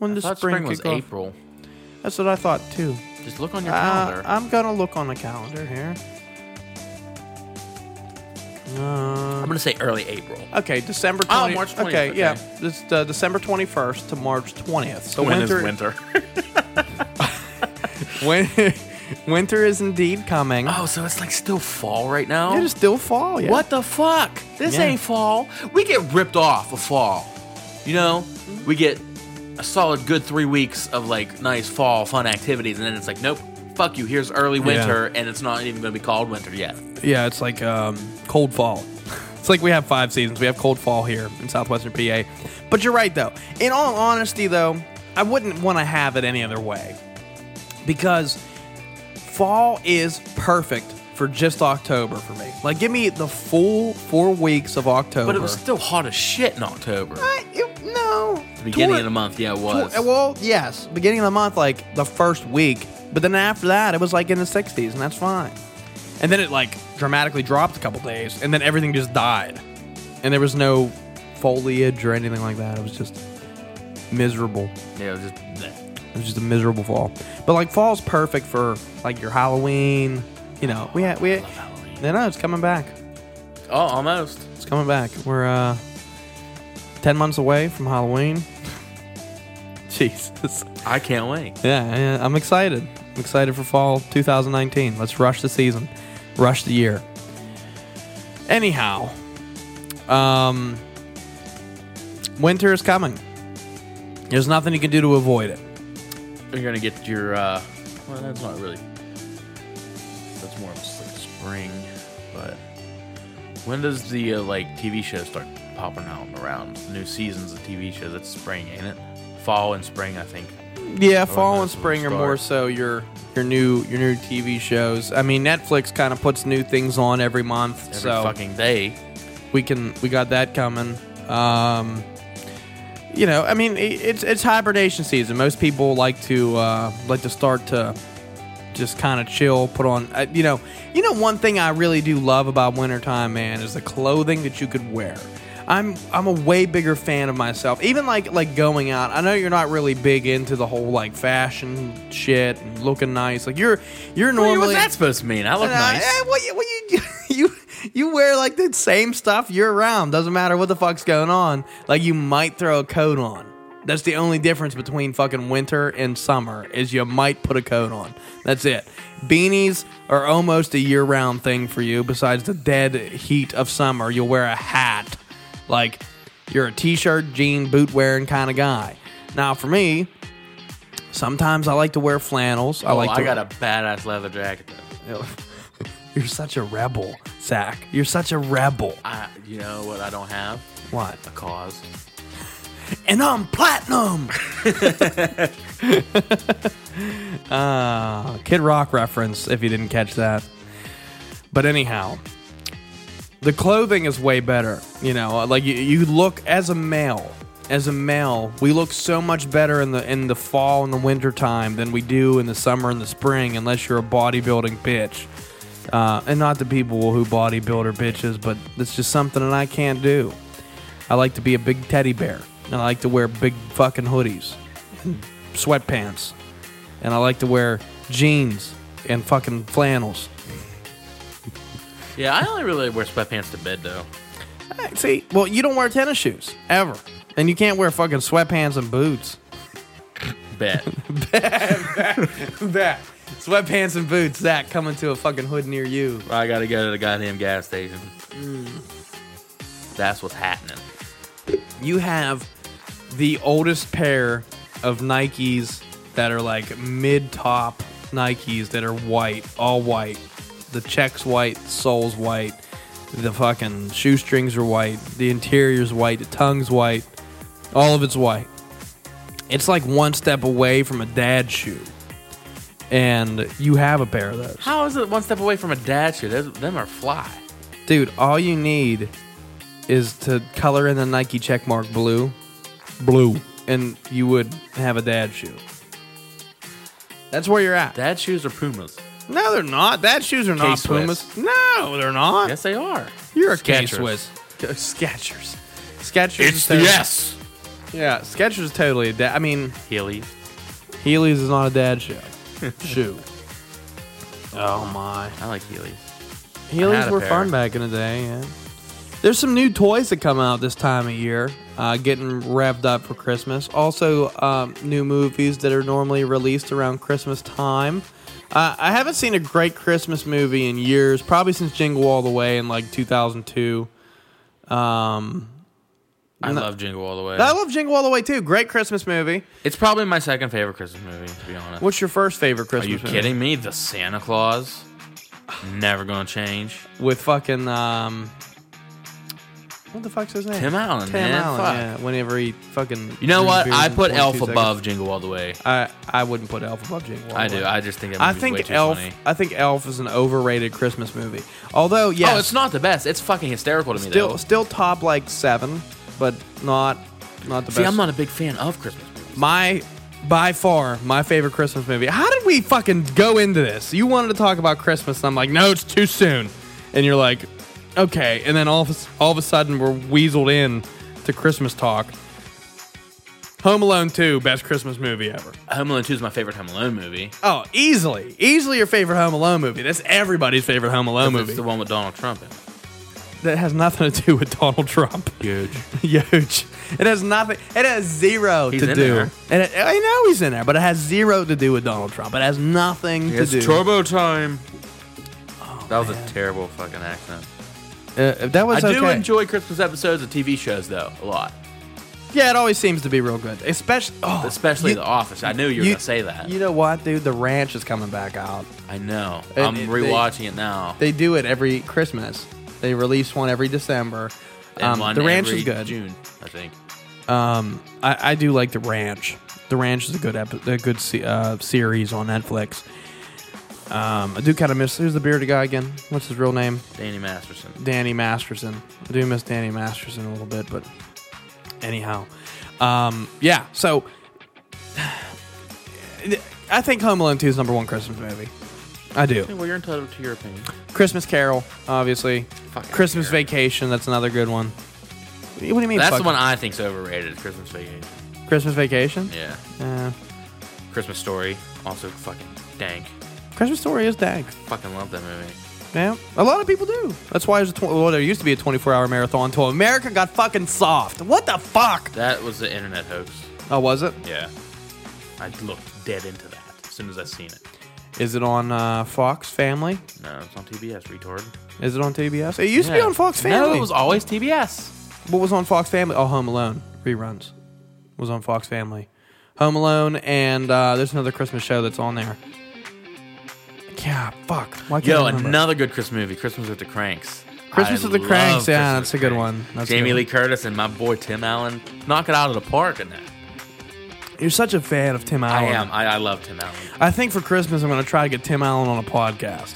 Speaker 2: When does
Speaker 3: thought
Speaker 2: spring,
Speaker 3: spring was
Speaker 2: kick off?
Speaker 3: April.
Speaker 2: That's what I thought too.
Speaker 3: Just look on your
Speaker 2: Uh,
Speaker 3: calendar.
Speaker 2: I'm gonna look on the calendar here.
Speaker 3: I'm gonna say early April.
Speaker 2: Okay, December. 20-
Speaker 3: Oh, March 20th,
Speaker 2: Okay,
Speaker 3: okay.
Speaker 2: yeah, this uh, December twenty first to March twentieth. So Oh, winter, (laughs) win- winter is indeed coming.
Speaker 3: (laughs) oh, so it's like still fall right now.
Speaker 2: It is still fall. Yeah.
Speaker 3: What the fuck? This
Speaker 2: Yeah.
Speaker 3: ain't fall. We get ripped off of fall. You know, we get a solid good three weeks of like nice fall fun activities, and then it's like, nope, fuck you. Here's early winter, and it's not even gonna be called winter yet.
Speaker 2: Yeah, it's like um, cold fall. (laughs) It's like we have five seasons. We have cold fall here in southwestern PA. But you're right, though. In all honesty, though, I wouldn't want to have it any other way because fall is perfect for just October for me. Like, give me the full four weeks of October.
Speaker 3: But it was still hot as shit in October.
Speaker 2: I- it- no.
Speaker 3: The beginning
Speaker 2: Toward-
Speaker 3: of the month, yeah, it was.
Speaker 2: Well, well, yes, beginning of the month, like the first week, but then after that, it was like in the 60s, and that's fine. And then it like dramatically dropped a couple days, and then everything just died, and there was no foliage or anything like that. It was just miserable.
Speaker 3: yeah, it was just. bleh.
Speaker 2: It was just a miserable fall. But like fall's perfect for like your Halloween. You know, we had we. Had,
Speaker 3: Halloween.
Speaker 2: no, no, it's coming back.
Speaker 3: Oh, almost.
Speaker 2: It's coming back. We're uh, ten months away from Halloween. (laughs) Jesus.
Speaker 3: I can't wait.
Speaker 2: Yeah, yeah, I'm excited. I'm excited for fall 2019. Let's rush the season, rush the year. Anyhow, um, winter is coming. There's nothing you can do to avoid it.
Speaker 3: You're gonna get your. uh Well, that's not really. That's more of just like spring, but when does the uh, like TV shows start popping out around? New seasons of TV shows. It's spring, ain't it? Fall and spring, I think.
Speaker 2: Yeah, fall and
Speaker 3: that's a
Speaker 2: spring are
Speaker 3: start.
Speaker 2: more so your your new your new TV shows. I mean, Netflix kind of puts new things on every month.
Speaker 3: Every
Speaker 2: so
Speaker 3: fucking day.
Speaker 2: we can we got that coming. Um, you know, I mean, i- it's it's hibernation season. Most people like to uh, like to start to just kind of chill, put on. Uh, you know, you know, one thing I really do love about wintertime, man, is the clothing that you could wear. I'm I'm a way bigger fan of myself. Even like like going out. I know you're not really big into the whole like fashion shit and looking nice. Like you're you're normally
Speaker 3: What's that supposed to mean? I look
Speaker 2: and I-
Speaker 3: nice.
Speaker 2: eh, well, you, (laughs) well, you, you, you wear like the same stuff year round. Doesn't matter what the fuck's going on. Like you might throw a coat on. That's the only difference between fucking winter and summer is you might put a coat on. That's it. Beanies are almost a year round thing for you. Besides the dead heat of summer, you'll wear a hat. Like you're a t-shirt, jean, boot wearing kind of guy. Now for me, sometimes I like to wear flannels. I
Speaker 3: Oh,
Speaker 2: like. To
Speaker 3: I got a badass leather jacket though.
Speaker 2: (laughs) You're such a rebel, Zach. You're such a rebel.
Speaker 3: I, you know what I don't have?
Speaker 2: What?
Speaker 3: A cause.
Speaker 2: And I'm (laughs) platinum. uh, Kid Rock reference, if you didn't catch that. But anyhow, the clothing is way better. You know, like you, you look as a male, as a male, we look so much better in the in the fall and the winter time than we do in the summer and the spring, unless you're a bodybuilding bitch. Uh, and not the people who bodybuilder bitches, but it's just something that I can't do. I like to be a big teddy bear, and I like to wear big fucking hoodies and sweatpants, and I like to wear jeans and fucking flannels.
Speaker 3: Yeah, I only really wear sweatpants to bed though.
Speaker 2: Hey, See, well, you don't wear tennis shoes ever, and you can't wear fucking sweatpants and boots.
Speaker 3: Bet.
Speaker 2: (laughs)
Speaker 3: (laughs)
Speaker 2: That sweatpants and boots, that coming to a fucking hood near you.
Speaker 3: I gotta go to the goddamn gas station. That's what's happening.
Speaker 2: You have the oldest pair of Nikes that are like mid-top Nikes that are white, all white. The checks white, soles white, the fucking shoestrings are white, the interior's white, the tongue's white, all of it's white. It's like one step away from a dad shoe. And you have a pair of those.
Speaker 3: How is it one step away from a dad shoe? Those, them are fly.
Speaker 2: Dude, all you need is to color in the Nike checkmark blue. Blue. And you would have a dad shoe. That's where you're at.
Speaker 3: Dad shoes are Pumas.
Speaker 2: no, they're not. Dad shoes are not
Speaker 3: K-Swiss.
Speaker 2: Pumas. No, they're not.
Speaker 3: Yes, they are.
Speaker 2: You're a K
Speaker 3: Skechers.
Speaker 2: Swiss. Sketchers. Sketchers.
Speaker 3: It's the yes.
Speaker 2: Yeah, Skechers is totally a dad. I mean,
Speaker 3: Heelys.
Speaker 2: Heelys is not a dad (laughs) shoe. shoe. Oh my.
Speaker 3: I like Heelys. I
Speaker 2: Heelys
Speaker 3: had a
Speaker 2: were
Speaker 3: pair.
Speaker 2: fun back in the day. Yeah. There's some new toys that come out this time of year, uh, getting revved up for Christmas. Also, um, new movies that are normally released around Christmas time. Uh, I haven't seen a great Christmas movie in years, probably since Jingle All the Way in like 2002.
Speaker 3: I love Jingle All the Way.
Speaker 2: I love Jingle All the Way too. Great Christmas movie.
Speaker 3: it's probably my second favorite Christmas movie, to be honest.
Speaker 2: What's your first favorite
Speaker 3: Are
Speaker 2: Christmas?
Speaker 3: you
Speaker 2: movie?
Speaker 3: kidding me? The Santa Claus? Never gonna change.
Speaker 2: With fucking um, what the fuck's his name?
Speaker 3: Tim Allen,
Speaker 2: Tim
Speaker 3: man,
Speaker 2: Allen.
Speaker 3: fuck.
Speaker 2: Yeah. Whenever he fucking.
Speaker 3: You know
Speaker 2: brews
Speaker 3: what?
Speaker 2: beers
Speaker 3: I
Speaker 2: in
Speaker 3: put
Speaker 2: 22
Speaker 3: Elf
Speaker 2: seconds.
Speaker 3: above Jingle All the Way.
Speaker 2: I I wouldn't put Elf above Jingle. All
Speaker 3: I
Speaker 2: the
Speaker 3: do.
Speaker 2: Way.
Speaker 3: I just think that
Speaker 2: I
Speaker 3: movie's way
Speaker 2: think
Speaker 3: too
Speaker 2: Elf.
Speaker 3: funny.
Speaker 2: I think Elf is an overrated Christmas movie. Although, yes,
Speaker 3: Oh, it's not the best. It's fucking hysterical to me
Speaker 2: still
Speaker 3: though.
Speaker 2: still top like seven, but not not the
Speaker 3: See,
Speaker 2: best.
Speaker 3: I'm not a big fan of Christmas movies.
Speaker 2: my by far my favorite Christmas movie. How did we fucking go into this? You wanted to talk about Christmas, and I'm like, no, it's too soon, and you're like, okay, and then all of a s all of a sudden we're weaseled in to Christmas talk. Home Alone 2, best Christmas movie ever.
Speaker 3: Home Alone 2 is my favorite Home Alone movie.
Speaker 2: Oh, easily, easily your favorite Home Alone movie. That's everybody's favorite Home Alone movie.
Speaker 3: It's the one with Donald Trump in. it.
Speaker 2: that has nothing to do with Donald Trump. (laughs)
Speaker 3: Huge.
Speaker 2: Huge. It has nothing. It has zero
Speaker 3: He's
Speaker 2: to
Speaker 3: in
Speaker 2: do.
Speaker 3: there.
Speaker 2: And it, I know he's in there, but it has zero to do with Donald Trump. It has nothing to do.
Speaker 3: time.
Speaker 2: Oh,
Speaker 3: that was a terrible fucking accent.
Speaker 2: Uh, that was
Speaker 3: I do
Speaker 2: okay.
Speaker 3: enjoy Christmas episodes of TV shows though a lot,
Speaker 2: Yeah, it always seems to be real good, especially. Oh,
Speaker 3: especially
Speaker 2: you-
Speaker 3: The Office. I knew you were
Speaker 2: you-
Speaker 3: gonna say that.
Speaker 2: You know what, dude? The Ranch is coming back out.
Speaker 3: I know.
Speaker 2: And
Speaker 3: I'm
Speaker 2: it- they-
Speaker 3: rewatching it now.
Speaker 2: They do it every Christmas. They release one every December.
Speaker 3: and
Speaker 2: Um,
Speaker 3: one
Speaker 2: the Ranch
Speaker 3: every
Speaker 2: is good.
Speaker 3: June, I think.
Speaker 2: I, I do like the ranch. The ranch is a good epi- a good se- uh, series on Netflix. Um, I do kind of miss who's the bearded guy again? What's his real name?
Speaker 3: Danny Masterson.
Speaker 2: Danny Masterson. I do miss Danny Masterson a little bit, but anyhow, um, yeah. So (sighs) I think Home Alone Two is number one Christmas movie. I do.
Speaker 3: Hey, Well, you're entitled to your opinion.
Speaker 2: Christmas Carol, obviously.
Speaker 3: Fucking
Speaker 2: Christmas
Speaker 3: Carol.
Speaker 2: Vacation. That's another good one. What do you mean?
Speaker 3: That's the
Speaker 2: fucking-
Speaker 3: one I think's overrated. Christmas Vacation.
Speaker 2: Christmas Vacation.
Speaker 3: Yeah.
Speaker 2: Uh,
Speaker 3: Christmas Story. Also fucking dank.
Speaker 2: Christmas Story is dank.
Speaker 3: Fucking love that movie.
Speaker 2: Yeah, a lot of people do. That's why there's a tw- well, there used to be a 24-hour marathon until America got fucking soft. What the fuck?
Speaker 3: That was the internet hoax.
Speaker 2: Oh, was it?
Speaker 3: Yeah. I looked dead into that as soon as I seen it.
Speaker 2: Is it on uh, Fox Family?
Speaker 3: No, it's on TBS, retard.
Speaker 2: Is it on TBS? It used to be
Speaker 3: Yeah.
Speaker 2: on Fox Family.
Speaker 3: No, it was always TBS.
Speaker 2: what was on Fox Family? Oh, Home Alone reruns was on Fox Family. Home Alone and uh, there's another Christmas show that's on there. Yeah, fuck. Why can't I
Speaker 3: Yo,
Speaker 2: remember?
Speaker 3: another good Christmas movie, Christmas with the Cranks.
Speaker 2: Christmas
Speaker 3: I
Speaker 2: with the
Speaker 3: love
Speaker 2: Cranks, yeah,
Speaker 3: Christmas
Speaker 2: that's a
Speaker 3: with
Speaker 2: good one.
Speaker 3: Cranks.
Speaker 2: That's a
Speaker 3: Jamie
Speaker 2: good
Speaker 3: Lee
Speaker 2: one.
Speaker 3: Curtis and my boy Tim Allen knock it out of the park in that.
Speaker 2: You're such a fan of Tim
Speaker 3: I
Speaker 2: Allen.
Speaker 3: am. I, I love Tim Allen.
Speaker 2: I think for Christmas I'm going to try to get Tim Allen on a podcast.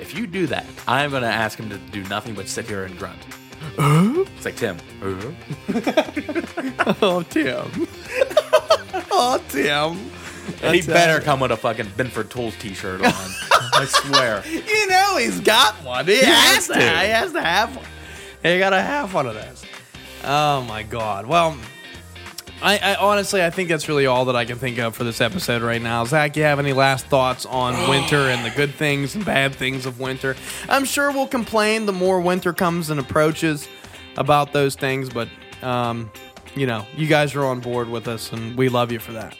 Speaker 3: If you do that, I'm gonna ask him to do nothing but sit here and grunt. (gasps) it's like Tim.
Speaker 2: Uh-huh. (laughs) Oh, Tim. oh, Tim.
Speaker 3: And he
Speaker 2: That's
Speaker 3: better
Speaker 2: awesome.
Speaker 3: come with a fucking Benford Tools T-shirt on. I swear.
Speaker 2: You know he's got one. He,
Speaker 3: has to.
Speaker 2: He has to have one. He got to have one of those. Oh my god. Well, I, I honestly I think that's really all that I can think of for this episode right now. Zach, you have any last thoughts (gasps) on winter and the good things and bad things of winter? I'm sure we'll complain the more winter comes and approaches about those things, but um, you know, you guys are on board with us and we love you for that.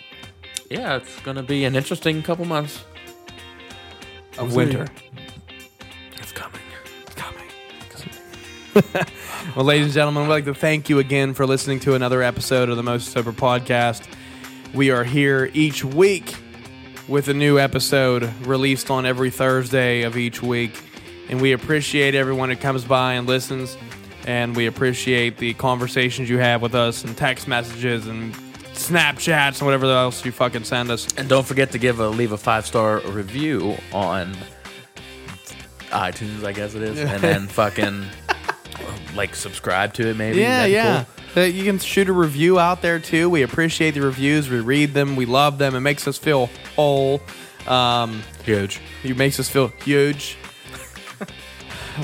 Speaker 3: Yeah, it's gonna be an interesting couple months.
Speaker 2: Of winter.
Speaker 3: It's coming. It's coming.
Speaker 2: Well, ladies and gentlemen, we'd like to thank you again for listening to another episode of the Most Sober Podcast. We are here each week with a new episode released on every Thursday of each week. And we appreciate everyone who comes by and listens. And we appreciate the conversations you have with us and text messages and Snapchats and whatever else you fucking send us.
Speaker 3: (laughs) And don't forget to give a leave a five star review on iTunes, I guess it is, and (laughs) then fucking like subscribe to it maybe.
Speaker 2: Yeah,
Speaker 3: That'd be
Speaker 2: yeah.
Speaker 3: cool.
Speaker 2: Uh, you can shoot a review out there too. We appreciate the reviews. We read them. We love them. It makes us feel whole. Um, huge. It makes us feel huge.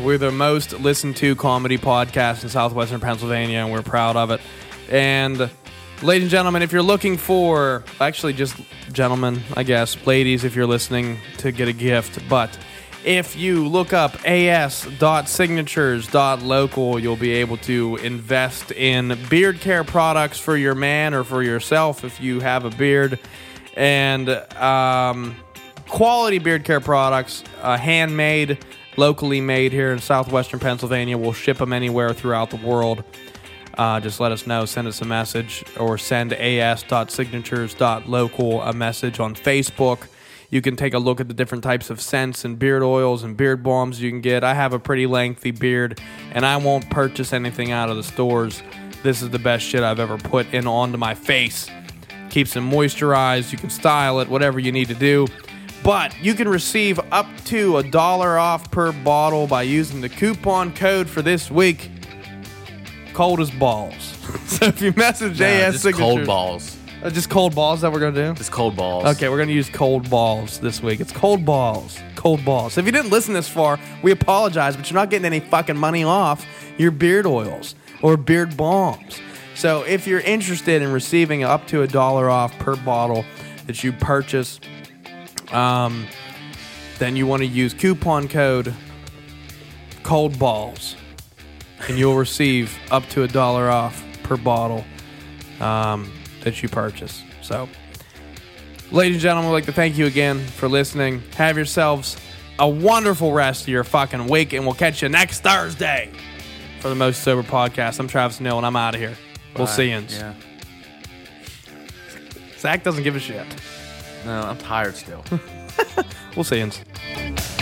Speaker 2: we're the most listened to comedy podcast in southwestern Pennsylvania, and we're proud of it. And, ladies and gentlemen, if you're looking for, actually, just gentlemen, I guess, ladies, if you're listening to get a gift, but if you look up as.signatures.local, you'll be able to invest in beard care products for your man or for yourself if you have a beard. And, um, quality beard care products, uh, handmade, locally made here in southwestern Pennsylvania. We'll ship them anywhere throughout the world. Uh, just let us know. Send us a message or send as.signatures.local a message on Facebook. You can take a look at the different types of scents and beard oils and beard balms you can get. I have a pretty lengthy beard and I won't purchase anything out of the stores. This is the best shit I've ever put in onto my face keeps it moisturized. You can style it, whatever you need to do. But you can receive up to a dollar off per bottle by using the coupon code for this week. Cold as balls. (laughs) so if you message
Speaker 3: Nah,
Speaker 2: AS
Speaker 3: Uh, just
Speaker 2: signatures,
Speaker 3: cold balls.
Speaker 2: Uh, just cold balls that we're gonna do.
Speaker 3: Just cold balls.
Speaker 2: Okay, we're gonna use cold balls this week. It's cold balls, cold balls. If you didn't listen this far, we apologize, but you're not getting any fucking money off your beard oils or beard balms. So if you're interested in receiving up to a dollar off per bottle that you purchase, um, then you want to use coupon code cold balls, and you'll receive up to a dollar off per bottle um, that you purchase. So. Ladies and gentlemen, I'd like to thank you again for listening. Have yourselves a wonderful rest of your fucking week, and we'll catch you next Thursday for the Most Sober Podcast. I'm Travis Neal, and I'm out of here. We'll see you.
Speaker 3: Yeah.
Speaker 2: Zach doesn't give a shit.
Speaker 3: No, I'm tired still.
Speaker 2: We'll see you.